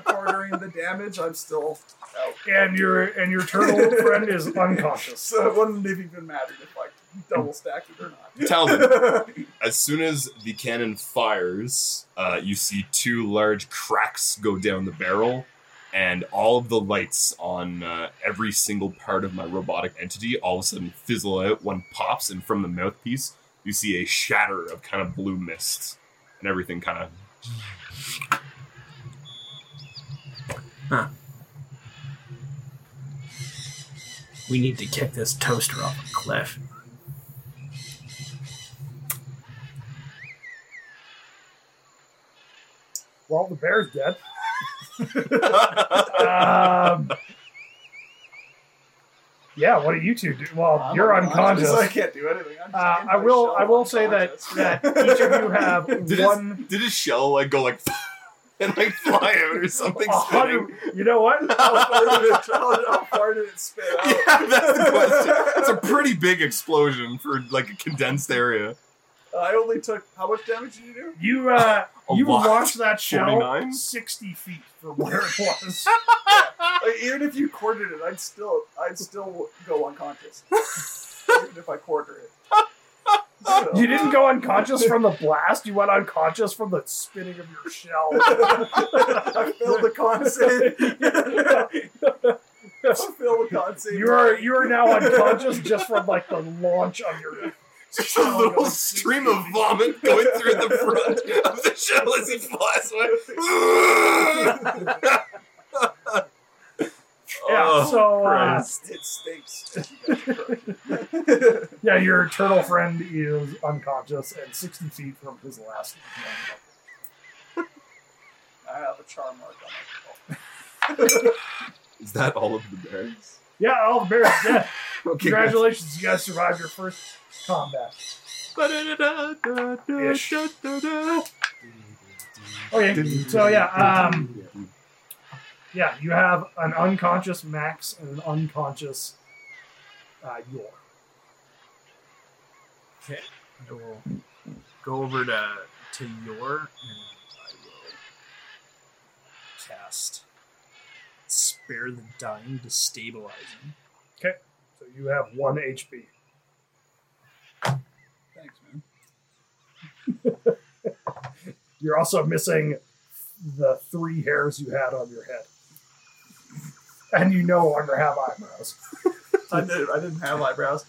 D: quartering the damage, I'm still out.
A: and your and your turtle friend is unconscious.
D: So it wouldn't have even mattered if I double stacked it or not.
B: Talbot. As soon as the cannon fires, uh, you see two large cracks go down the barrel, and all of the lights on uh, every single part of my robotic entity all of a sudden fizzle out. One pops, and from the mouthpiece, you see a shatter of kind of blue mist, and everything kind of.
C: We need to kick this toaster off a cliff.
A: Well, the bear's dead. Um, yeah, what do you two do? Well,
D: I'm
A: you're unconscious.
D: I can't do anything. I'm just
A: Uh,
D: in
A: I
D: my
A: will.
D: shell
A: I will say that
D: unconscious.
A: that each of you have
B: Did
A: one.
B: his, did his shell like go like and like fly out or something
A: a
B: spinning?
A: hundred- You know what?
D: how, far did it, how far did it spit out?
B: Yeah, that's the question. It's a pretty big explosion for like a condensed area. I only took how much damage did you do?
A: You uh,
B: A
A: you
B: lot.
A: launched that shell
B: 49?
A: sixty feet from where it was.
D: Like, even if you quartered it, I'd still, I'd still go unconscious. even if I quartered it. So-
A: you didn't go unconscious from the blast. You went unconscious from the spinning of your shell.
D: I failed the con save. I failed the con save.
A: You are you are now unconscious just from like the launch of your.
B: Just a
A: Oh,
B: little stream of vomit going through the front of the shell as it flies away.
A: Yeah,
B: Oh,
A: so uh,
B: Christ.
D: It stinks.
A: yeah, your turtle friend is unconscious and sixty feet from his last.
D: I have a charm mark on
B: Is that all of the bears?
A: Yeah, all the bears dead.
B: Okay.
A: Congratulations, you guys survived your first combat. Ish. Okay, so yeah, um, yeah, you have an unconscious Max and an unconscious uh, Yor.
C: I will go over to to your and I will cast spare the dying to stabilize him.
A: So you have one HP.
D: Thanks, man.
A: You're also missing the three hairs you had on your head, and you no longer have eyebrows.
D: I, did, I didn't have eyebrows.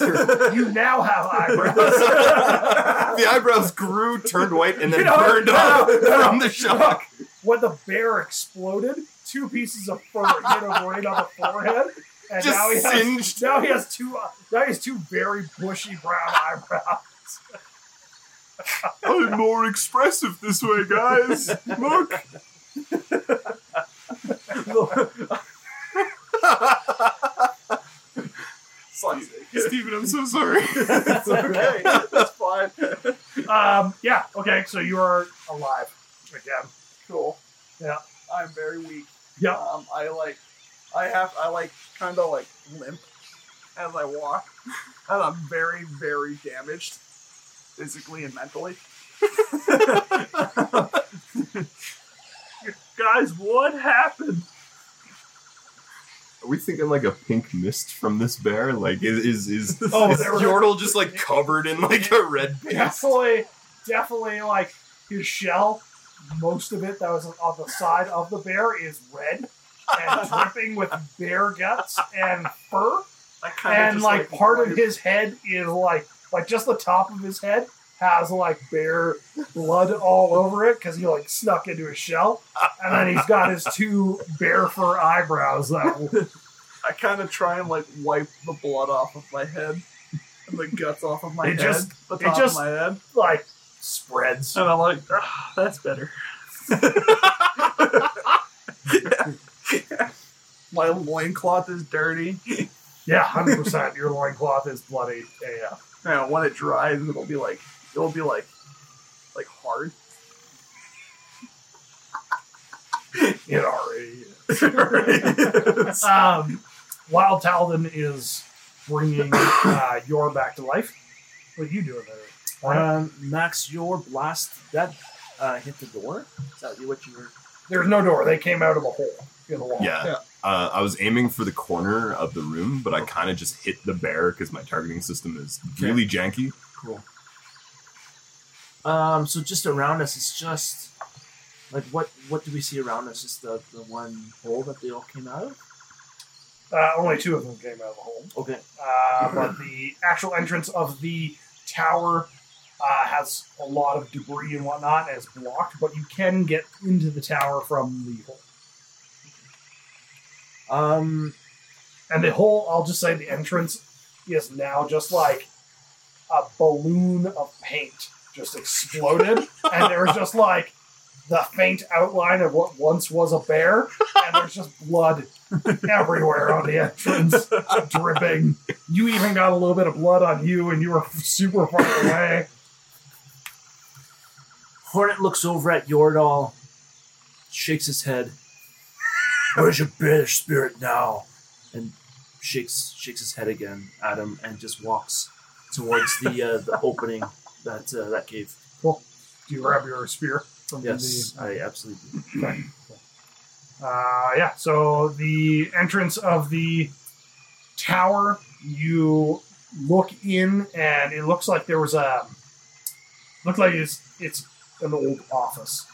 A: You now have eyebrows.
B: the eyebrows grew, turned white, and then
A: You know,
B: burned
A: no,
B: off
A: no,
B: from the shock.
A: when the bear exploded, two pieces of fur hit him right on the forehead, and
B: Just
A: now he has
B: singed.
A: now he has two uh, now he has two very bushy brown eyebrows.
B: I'm more expressive this way, guys. Look.
D: Sun's
B: Steven, I'm so sorry.
D: It's okay. It's fine.
A: Um, yeah, okay, so you are alive again.
D: Cool.
A: Yeah.
D: I'm very weak.
A: Yeah.
D: Um, I like, I have, I like, kind of like limp as I walk, and I'm very, very damaged, physically and mentally.
E: Guys, what happened?
B: Are we thinking like a pink mist from this bear? Like is is is,
A: Oh,
B: is
A: there were-
B: Yordle just like covered in like a red paste?
A: Definitely definitely like his shell, most of it that was on the side of the bear is red and dripping with bear guts and fur.
D: I kind
A: and like, part of his head is like like just the top of his head has like bear blood all over it because he like snuck into his shell and then he's got his two bear fur eyebrows that
D: I kind of try and like wipe the blood off of my head and the guts off of my
A: It
D: head,
A: just-
D: the
A: it
D: top
A: just-
D: of my head.
A: like spreads
D: And I'm like, "Ah, that's better. My loincloth is dirty.
A: yeah 100% your loincloth is bloody yeah, yeah.
D: Now, when it dries, it'll be like it'll be like like hard.
A: it already
D: Alright.
A: is. E. um wild Talden is bringing uh your back to life what are you doing there
E: Um, Max, your blast that uh, hit the door. Is that what you were?
A: there's no door they came out of a hole in the wall
B: Yeah.
D: Yeah.
B: Uh, I was aiming for the corner of the room, but I kind of just hit the bear because my targeting system is really janky.
E: Um, so just around us, it's just like what what do we see around us? Just the the one hole that they all came out of.
A: Uh, only two of them came out of the hole.
E: Okay.
A: Uh, but the actual entrance of the tower uh, has a lot of debris and whatnot and is blocked, but you can get into the tower from the hole.
E: Um,
A: And the hole, I'll just say the entrance is now just like a balloon of paint just exploded. and there's just like the faint outline of what once was a bear. And there's just blood everywhere on the entrance, dripping. You even got a little bit of blood on you, and you were super far away.
E: Hornet looks over at Yordal, shakes his head. Where's your bear spirit now? And shakes shakes his head again at him and just walks towards the uh, the opening that uh, that cave.
A: Do you grab your spear from the
E: Yes, I absolutely. do.
A: Uh, yeah, so the entrance of the tower, you look in, and it looks like there was a. Looked like it's, it's an old office.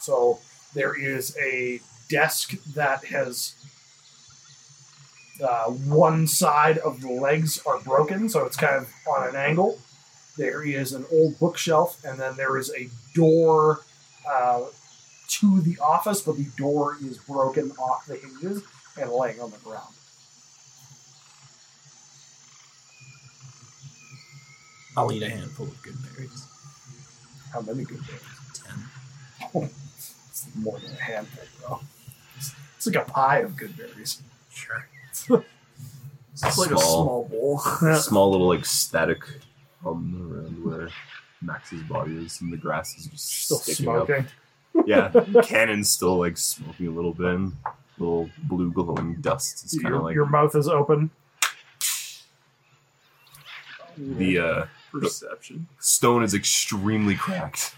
A: So there is a desk that has. Uh, one side of the legs are broken, so it's kind of on an angle. There is an old bookshelf, and then there is a door. Uh, to the office, but the door is broken off the hinges and laying on the ground.
C: I'll eat a handful of good berries.
A: How many good days?
C: Ten.
A: It's more than a handful, bro. It's, it's like a pie of good berries.
C: Sure.
A: It's like a small
B: Small.
A: bowl.
B: Small little like static hum around where Max's body is, and the grass is just
A: Still
B: sticking
A: smoking.
B: up. Yeah, cannon's still like smoking a little bit. and Little blue glowing dust is kind
A: Your,
B: of like
A: your mouth is open.
B: the uh,
D: Perception.
B: stone is extremely cracked.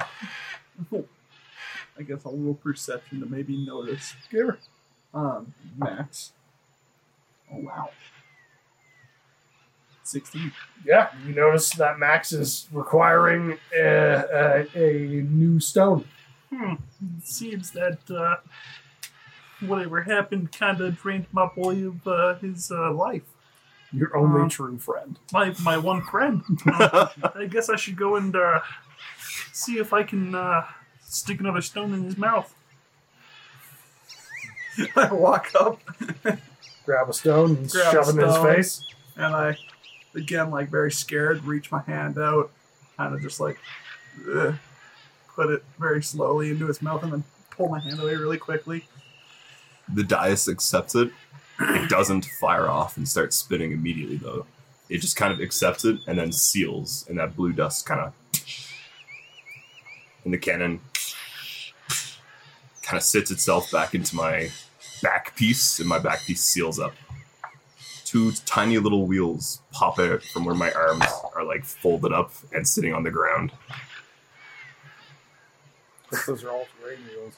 D: I guess a little perception to maybe notice.
A: Sure.
D: Um, Max. Oh wow. Sixteen.
A: Yeah, you notice that Max is requiring a, a, a new stone.
D: Hmm. It seems that uh, whatever happened kind of drained my boy of uh, his uh, life.
A: Your only
D: Um,
A: true friend.
D: My my one friend. I guess I should go and uh, see if I can uh, stick another stone in his mouth.
C: I walk up
A: Grab a stone and
D: Grab a
A: shove it in his
D: stone.
A: face.
D: and I, again, like very scared, reach my hand out, kind of just like ugh, put it very slowly into his mouth, and then pull my hand away really quickly.
B: The dais accepts it. It doesn't fire off and start spinning immediately though. It just kind of accepts it and then seals, and that blue dust kind of. And the cannon kind of sits itself back into my back piece, and my back piece seals up. Two tiny little wheels pop out from where my arms are like folded up and sitting on the ground.
A: Those are all terrain wheels.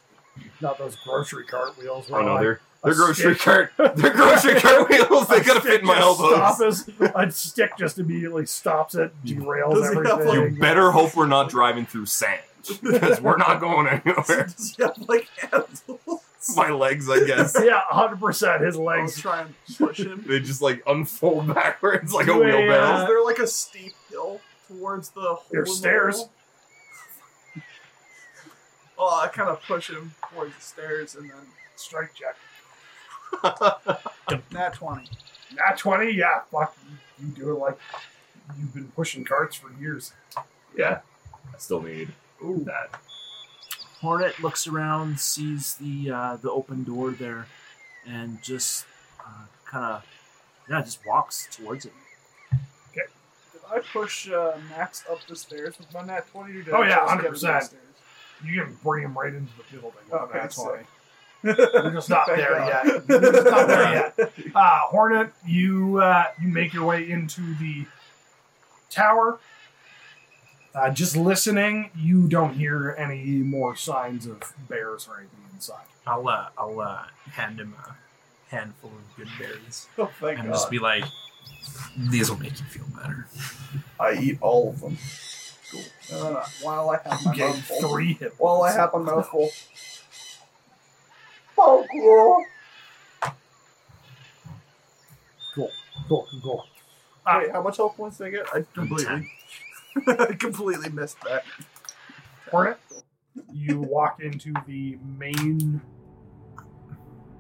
A: Not those grocery cart wheels. where
B: Oh no,
A: like-
B: they're
A: a
B: they're grocery
A: stick-
B: cart they're grocery cart wheels. They gotta fit my
A: Just
B: elbows.
A: Stop us. A stick just immediately stops it, derails
D: Does he have,
A: everything.
B: You better hope we're not driving through sand because we're not going anywhere.
D: Does he have like handles?
B: My legs, I guess,
A: Yeah, hundred percent. His
D: I'll
A: legs.
D: try and push him.
B: they just like unfold backwards like
A: Do
B: a
A: a,
B: wheelbarrow.
A: uh,
D: Is there like a steep hill towards the hole?
A: There's
D: in the
A: stairs.
D: wall? Oh, I kind of push him towards the stairs and then
A: Strike check.
D: nat twenty.
A: Not twenty. Yeah, fuck. You, you do it like you've been pushing carts for years.
B: Yeah, I still need that.
E: Hornet looks around, sees the uh, the open door there, and just uh, kind of yeah, just walks towards it.
D: Did I push uh, Max up the stairs with my nat twenty? Or did
A: Oh,
D: I
A: yeah,
D: just get him
A: 100%.
D: downstairs?
A: You can bring him right into the building.
D: Okay,
A: Oh, That's
D: so-
A: why. We're just not
D: Thank
A: there
D: God.
A: yet. We're just not there yet. Uh, Hornet, you uh, you make your way into the tower. Uh, just listening, you don't hear any more signs of bears or anything inside.
C: I'll uh, I'll uh, hand him a handful of good berries
D: Oh, thank
C: and
D: God.
C: just be like, "These will make you feel better."
D: I eat all of them. Cool. No, no, no. While I have my
A: You gave
D: mouth full.
A: three hit
D: While I
A: points.
D: have my mouth full. Oh, cool.
A: Cool, cool, cool. Ah.
D: Wait, how much health points did I get? I completely, I completely missed that.
A: Hornet, you walk into the main,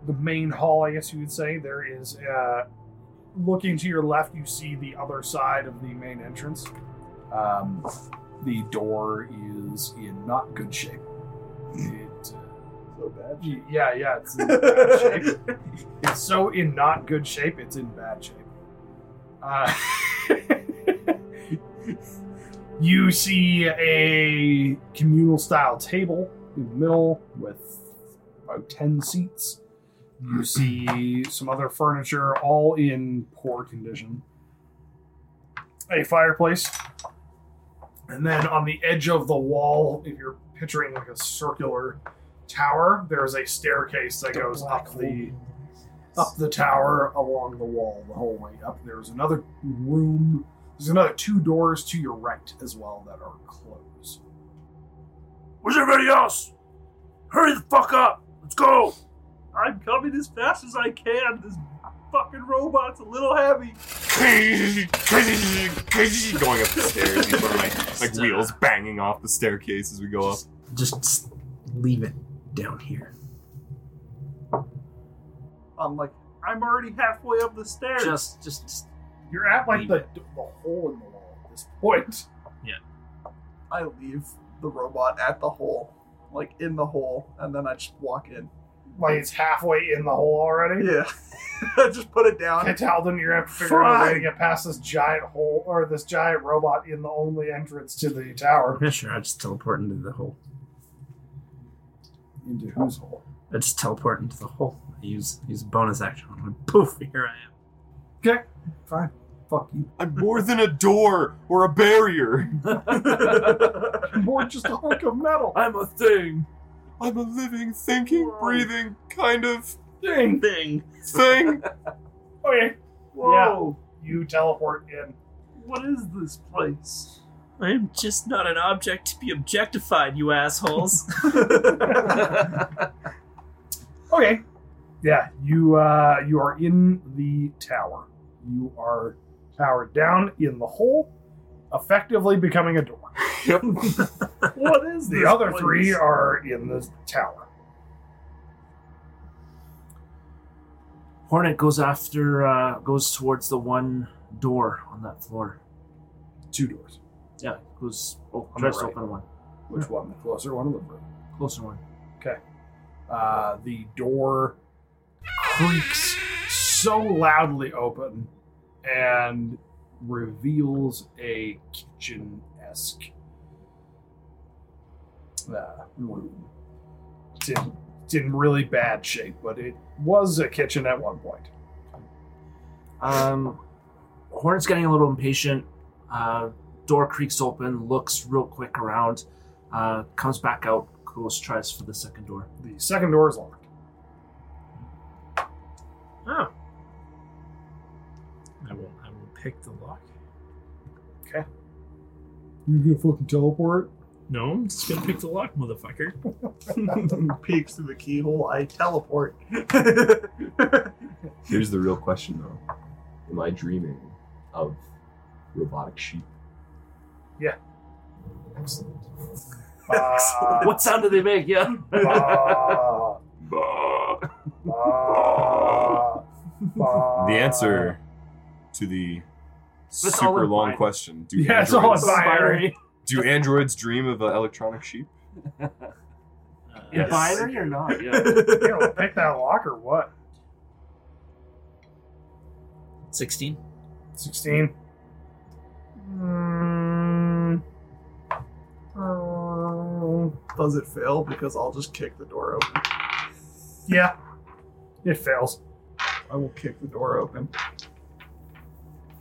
A: the main hall. I guess you would say there is. Uh, looking to your left, you see the other side of the main entrance. Um, the door is in not good shape. It, uh,
D: So bad.
A: y- yeah, yeah, it's in bad shape. It's so in not good shape. It's in bad shape. Uh, you see a communal style table in the middle with about 10 seats. You see some other furniture, all in poor condition. A fireplace And then on the edge of the wall, if you're picturing like a circular tower, there is a staircase that goes up the up the tower along the wall the whole way up. There's another room. There's another two doors to your right as well that are closed.
E: Where's everybody else? Hurry the fuck up! Let's go!
D: I'm coming as fast as I can. This fucking robot's a little heavy.
B: going up the stairs, these are like, like
C: Just, uh,
B: wheels banging off the staircase as we go up.
C: Just s- leave it down here.
D: I'm like, I'm already halfway up the stairs.
E: Just, just, just
A: You're at like the, the hole in the wall at this point.
D: I leave the robot at the hole, like in the hole, and then I just walk in.
A: Like it's halfway in the hole already.
D: Yeah, I just put it down.
A: Okay, Talden, you're gonna have to figure out a way to get past this giant hole or this giant robot in the only entrance to the tower.
C: Yeah, sure. I just teleport into the hole.
A: Into whose hole?
C: I just teleport into the hole. I use use a bonus action. And poof, here I am.
A: Fine. Fuck you.
B: I'm more than a door or a barrier.
A: More just a hunk of metal.
E: I'm a thing.
B: I'm a living, thinking, breathing kind of
A: Dang.
E: Thing.
B: thing.
A: Okay.
D: Whoa,
A: You teleport in.
D: what is this place?
E: I'm just not an object to be objectified, you assholes.
A: Okay. Yeah, you uh, you are in the tower. You are towered down in the hole, effectively becoming a door.
B: Yep.
D: What is
A: The
D: this
A: other
D: place?
A: three are in the tower.
E: Hornet goes after, uh, goes towards the one door on that floor.
A: Two doors.
E: Yeah, goes, oh,
A: On the
E: tries to
A: right.
E: open one.
A: Which one? The closer one to the room.
E: Closer one.
A: Uh, the door creaks so loudly open and reveals a kitchen esque uh, room. It's in, it's in really bad shape, but it was a kitchen at one point.
E: Um, Hornet's getting a little impatient. Uh, door creaks open, looks real quick around, uh, comes back out, goes, tries for the second door.
A: The second door is locked.
C: Oh. I will I will pick the lock.
A: You gonna fucking teleport?
C: No, I'm just gonna pick the lock, motherfucker.
D: Peeks through the keyhole. I teleport.
B: Here's the real question though. Am I dreaming of robotic sheep?
A: Uh,
E: What sound do they make? Yeah. Uh,
A: bah,
G: Bah,
A: bah, bah.
B: The answer to the
E: That's all
B: super
E: in
B: long
E: mine.
B: question. Do
A: Yeah, it's all in
B: androids
A: mine.
E: Binary.
B: do androids dream of uh, electronic sheep?
A: Yes.
E: Binary or not? Yeah.
A: You gonna pick that lock or what?
H: 16.
A: 16. Mm. Oh.
D: Does it fail? Because I'll just kick the door open.
A: yeah, it fails.
D: I will kick the door open.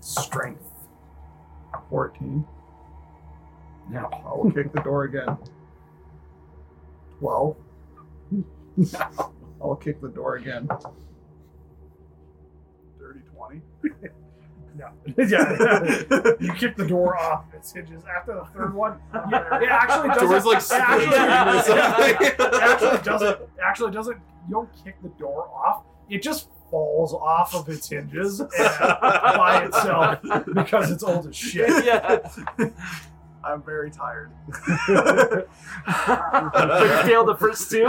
A: Strength.
D: 14.
A: No.
D: I will kick the door again. 12. I'll kick the door again. Dirty 20.
A: No. yeah. You kick the door off its hinges after the third one. Yeah, it actually doesn't.
B: Doors like
A: it actually,
B: splintering or
A: it actually
B: something.
A: doesn't. it actually doesn't. You don't kick the door off. It just falls off of its hinges and by itself because it's old as shit.
E: yeah.
D: I'm very tired.
E: Did you fail the first two?
D: It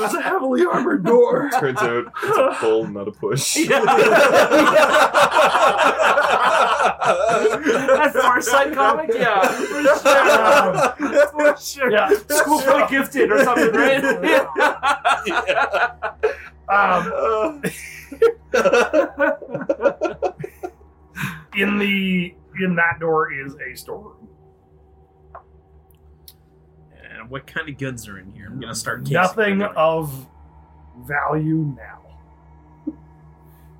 D: was a heavily armored door.
B: Turns out it's a pull, not a push.
E: That Farsight comic? Yeah. For sure. For sure.
A: Yeah.
E: School for the gifted or something, right?
A: Um, in the in that door is a storeroom.
H: And what kind of goods are in here? I'm going to start casing
A: Nothing
H: everything.
A: of value now.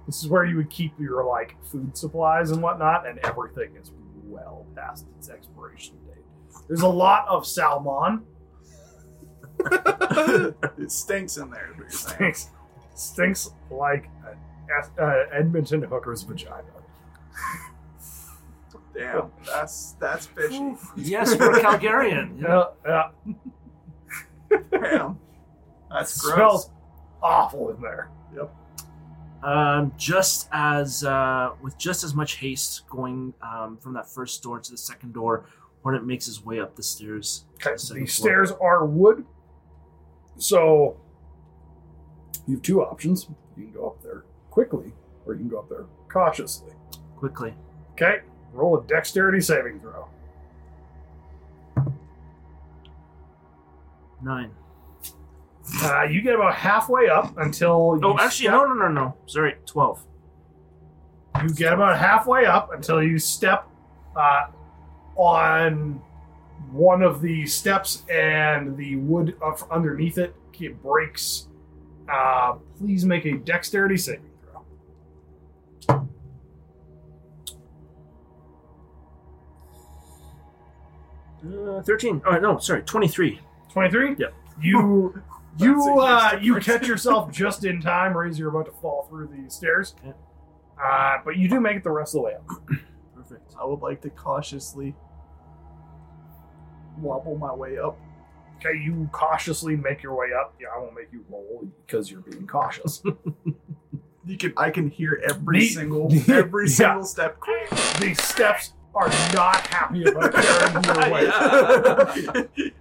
A: This is where you would keep your like food supplies and whatnot, and everything is way well past its expiration date. There's a lot of salmon.
D: it stinks in there. is what you're saying.
A: Stinks, stinks like an Ed- uh, Edmonton hooker's vagina.
D: Damn, that's that's fishy.
E: Yes, we're Calgarian.
A: Yeah, yeah.
D: Damn, that's gross.
A: smells awful in there.
E: Um, just as uh, with just as much haste going um, from that first door to the second door, Hornet makes his way up the stairs. to
A: Okay,
E: the second
A: the
E: floor.
A: stairs are wood, so you have two options. You can go up there quickly, or you can go up there cautiously.
E: quickly.
A: Okay, roll a dexterity saving throw.
E: Nine.
A: Uh, you get about halfway up until you
E: Oh, actually, no, no, no, no. Sorry, twelve.
A: You get about halfway up until you step uh, on one of the steps, and the wood up underneath it it breaks. Uh, please make a dexterity saving throw.
E: Uh, Thirteen. Oh no, sorry, twenty-three.
A: Twenty-three.
E: Yep.
A: You you
D: That's a
A: uh,
D: huge
A: you
D: difference.
A: catch yourself just in time, Razor. You're about to fall through the stairs,
E: Okay.
A: uh, but you do make it the rest of the way up.
E: Perfect.
D: I would like to cautiously wobble my way up.
A: Okay, you cautiously make your way up. Yeah, I won't make you roll because you're being cautious.
D: You can I can hear every
A: Neat.
D: single
A: Yeah.
D: every single step.
A: These steps are not happy about carrying you away.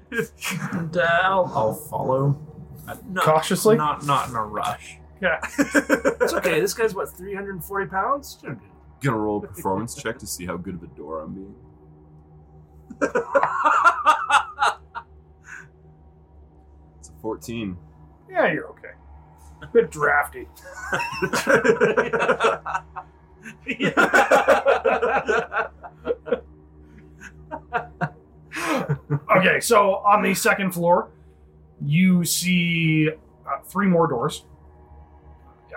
H: And uh, I'll,
C: I'll follow.
H: Uh, no,
A: Cautiously?
H: not not in a rush.
E: It's okay. This guy's what, three hundred and forty pounds? You're good.
B: Gonna roll a performance check to see how good of a door I'm being. It's a 14.
A: Yeah, you're okay. A bit drafty. Okay, so on the second floor, you see uh, three more doors.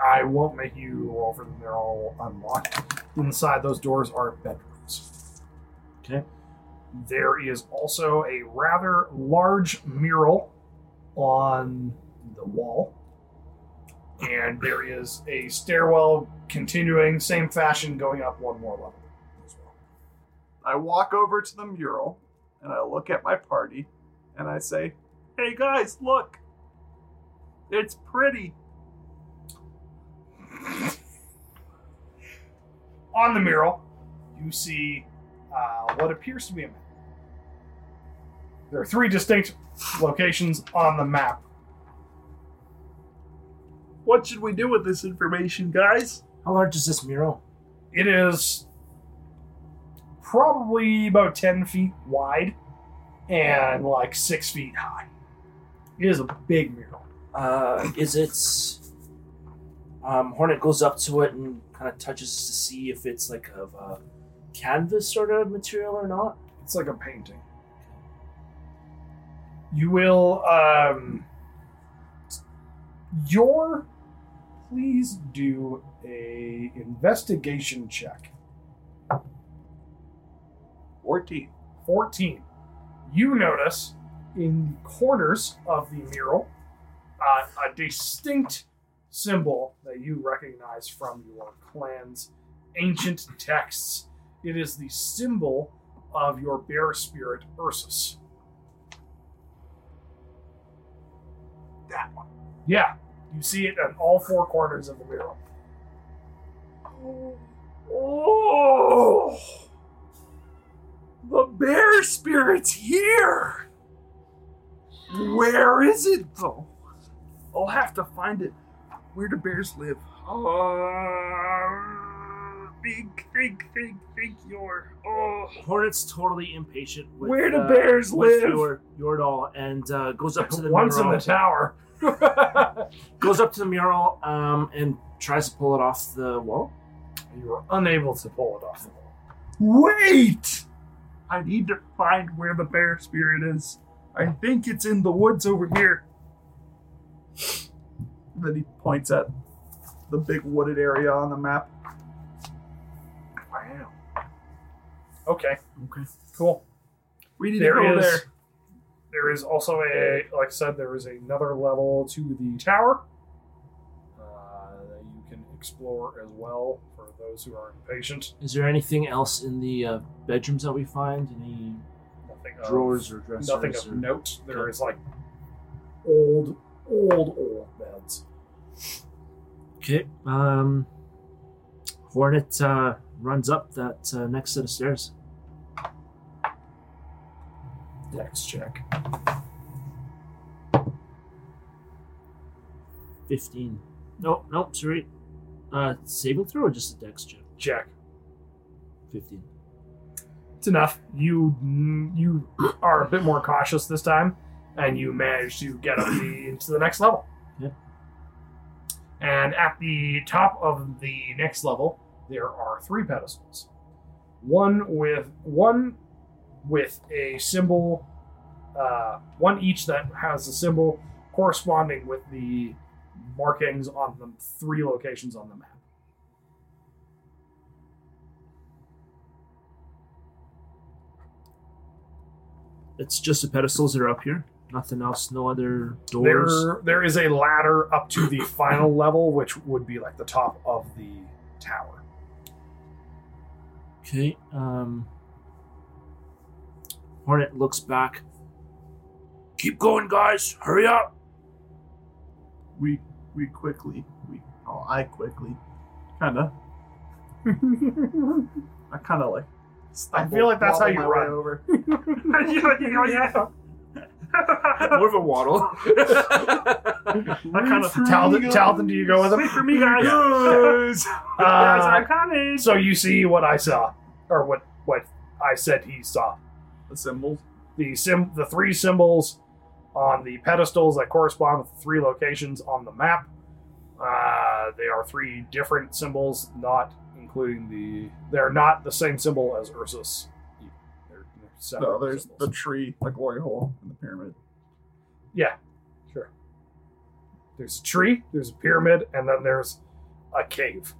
A: I won't make you roll for them, they're all unlocked. Inside those doors are bedrooms.
E: Okay.
A: There is also a rather large mural on the wall. And there is a stairwell continuing, same fashion, going up one more level as well.
D: I walk over to the mural and I look at my party and I say, "Hey guys, look, it's pretty."
A: on the mural, you see uh, what appears to be a map. There are three distinct locations on the map.
D: What should we do with this information, guys?
E: How large is this mural?
A: It is probably about 10 feet wide and like 6 feet high. It is a big mural.
E: Uh, is it? Um, Hornet goes up to it and kind of touches to see if it's like of a canvas sort of material or not.
A: It's like a painting. You will, um, your, please do a investigation check.
D: 14.
A: 14. You notice in the corners of the mural uh, a distinct symbol that you recognize from your clan's ancient texts. It is the symbol of your bear spirit, Ursus. That one. Yeah, you see it on all four corners of the mural.
D: Oh! The bear spirit's here! Where is it, though? I'll have to find it. Where do bears live? Oh, think, think, think, think your. Oh.
E: Hornet's totally impatient. With,
D: Where do
E: uh,
D: bears
E: with
D: live?
E: Your, Yordle and uh, goes up to the
A: Once
E: mural.
A: in the tower.
E: goes up to the mural um, and tries to pull it off the wall.
A: you were unable to pull it off the wall.
D: Wait! I need to find where the bear spirit is. I think it's in the woods over here. Then he points at the big wooded area on the map.
A: Wow. Okay.
C: Okay.
A: Cool.
C: We need to
A: There
C: go
A: is
C: there.
A: there is also a like I said there is another level to the tower uh, that you can explore as well for those who are impatient.
E: Is there anything else in the uh, bedrooms that we find? Any
A: Nothing
E: drawers
A: of,
E: or dressers?
A: nothing of
E: or-
A: note. There is like old, old, old beds.
E: Okay. Um, Hornet uh, runs up that uh, next set of stairs.
A: Dex check.
E: 15. Nope, nope, sorry. Uh, saving throw or just a dex check?
A: Check.
E: 15.
A: It's enough. You you are a bit more cautious this time, and you manage to get up the, to the next level.
E: Yep.
A: And at the top of the next level, there are three pedestals. One with one with a symbol, uh, one each that has a symbol corresponding with the markings on the three locations on the map.
E: It's just the pedestals that are up here. Nothing else, no other doors.
A: There, there is a ladder up to the final level, which would be like the top of the tower.
E: Okay. Um, Hornet looks back. Keep going, guys. Hurry up.
D: We we quickly we oh I quickly kinda I kinda like stumble,
A: feel like that's how
D: wobble
A: you
D: my way
A: run.
D: over.
E: More of a waddle.
A: What kind of Talton, Talton do you go with them? for me, guys. Uh,
D: Guys, I'm
A: coming. So you see what I saw, or what what I said he saw.
D: The symbols.
A: The sim, the three symbols on the pedestals that correspond with the three locations on the map. Uh, they are three different symbols, not including the. They're not the same symbol as Ursus. They're, they're separate
D: No, there's
A: symbols.
D: the tree, the glory hole, and the pyramid.
A: Yeah, sure. There's a tree, there's a pyramid, and then there's a cave.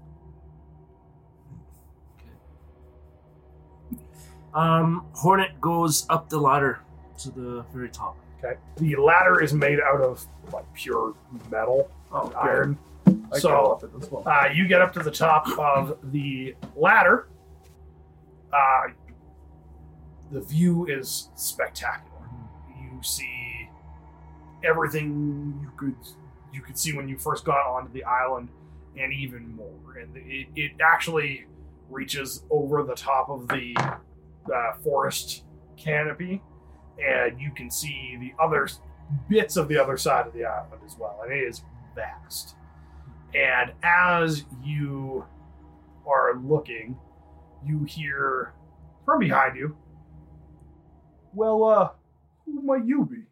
E: Um, Hornet goes up the ladder to the very top.
A: Okay. The ladder is made out of like pure metal,
D: Oh,
A: iron.
D: I
A: So-
D: go up it as well.
A: Uh, you get up to the top of the ladder. Uh, the view is spectacular. You see everything you could you could see when you first got onto the island, and even more. And it, it actually reaches over the top of the uh, forest canopy, and you can see the other s- bits of the other side of the island as well. And it is vast. And as you are looking, you hear from behind you, Well, uh, who might you be?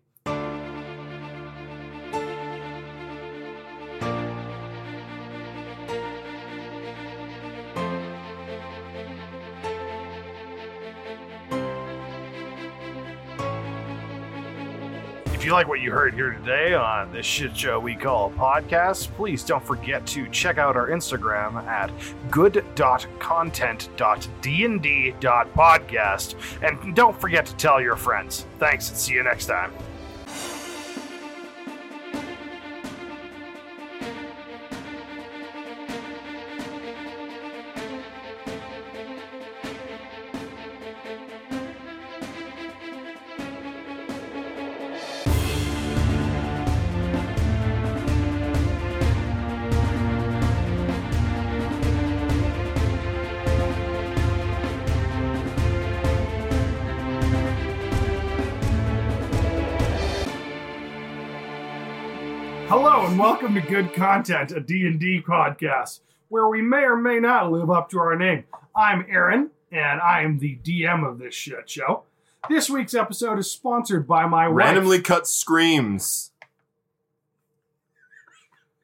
F: If you like what you heard here today on this shit show we call podcast, please don't forget to check out our Instagram at good.content.dnd.podcast. And don't forget to tell your friends. Thanks and see you next time.
A: Hello and welcome to Good Content, a D&D podcast, where we may or may not live up to our name. I'm Aaron, and I am the DM of this shit show. This week's episode is sponsored by my wife.
B: Randomly cut screams.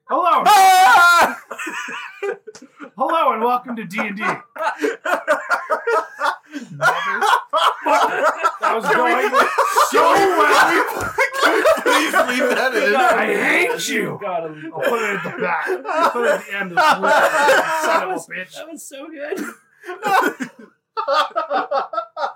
A: Hello. Ah! Hello and welcome to D&D. that was going so well.
B: Please leave that in.
A: I hate you.
E: Gotta leave.
A: I'll put it at the back. I'll put it at the end of the clip. Son of a bitch.
H: was so good.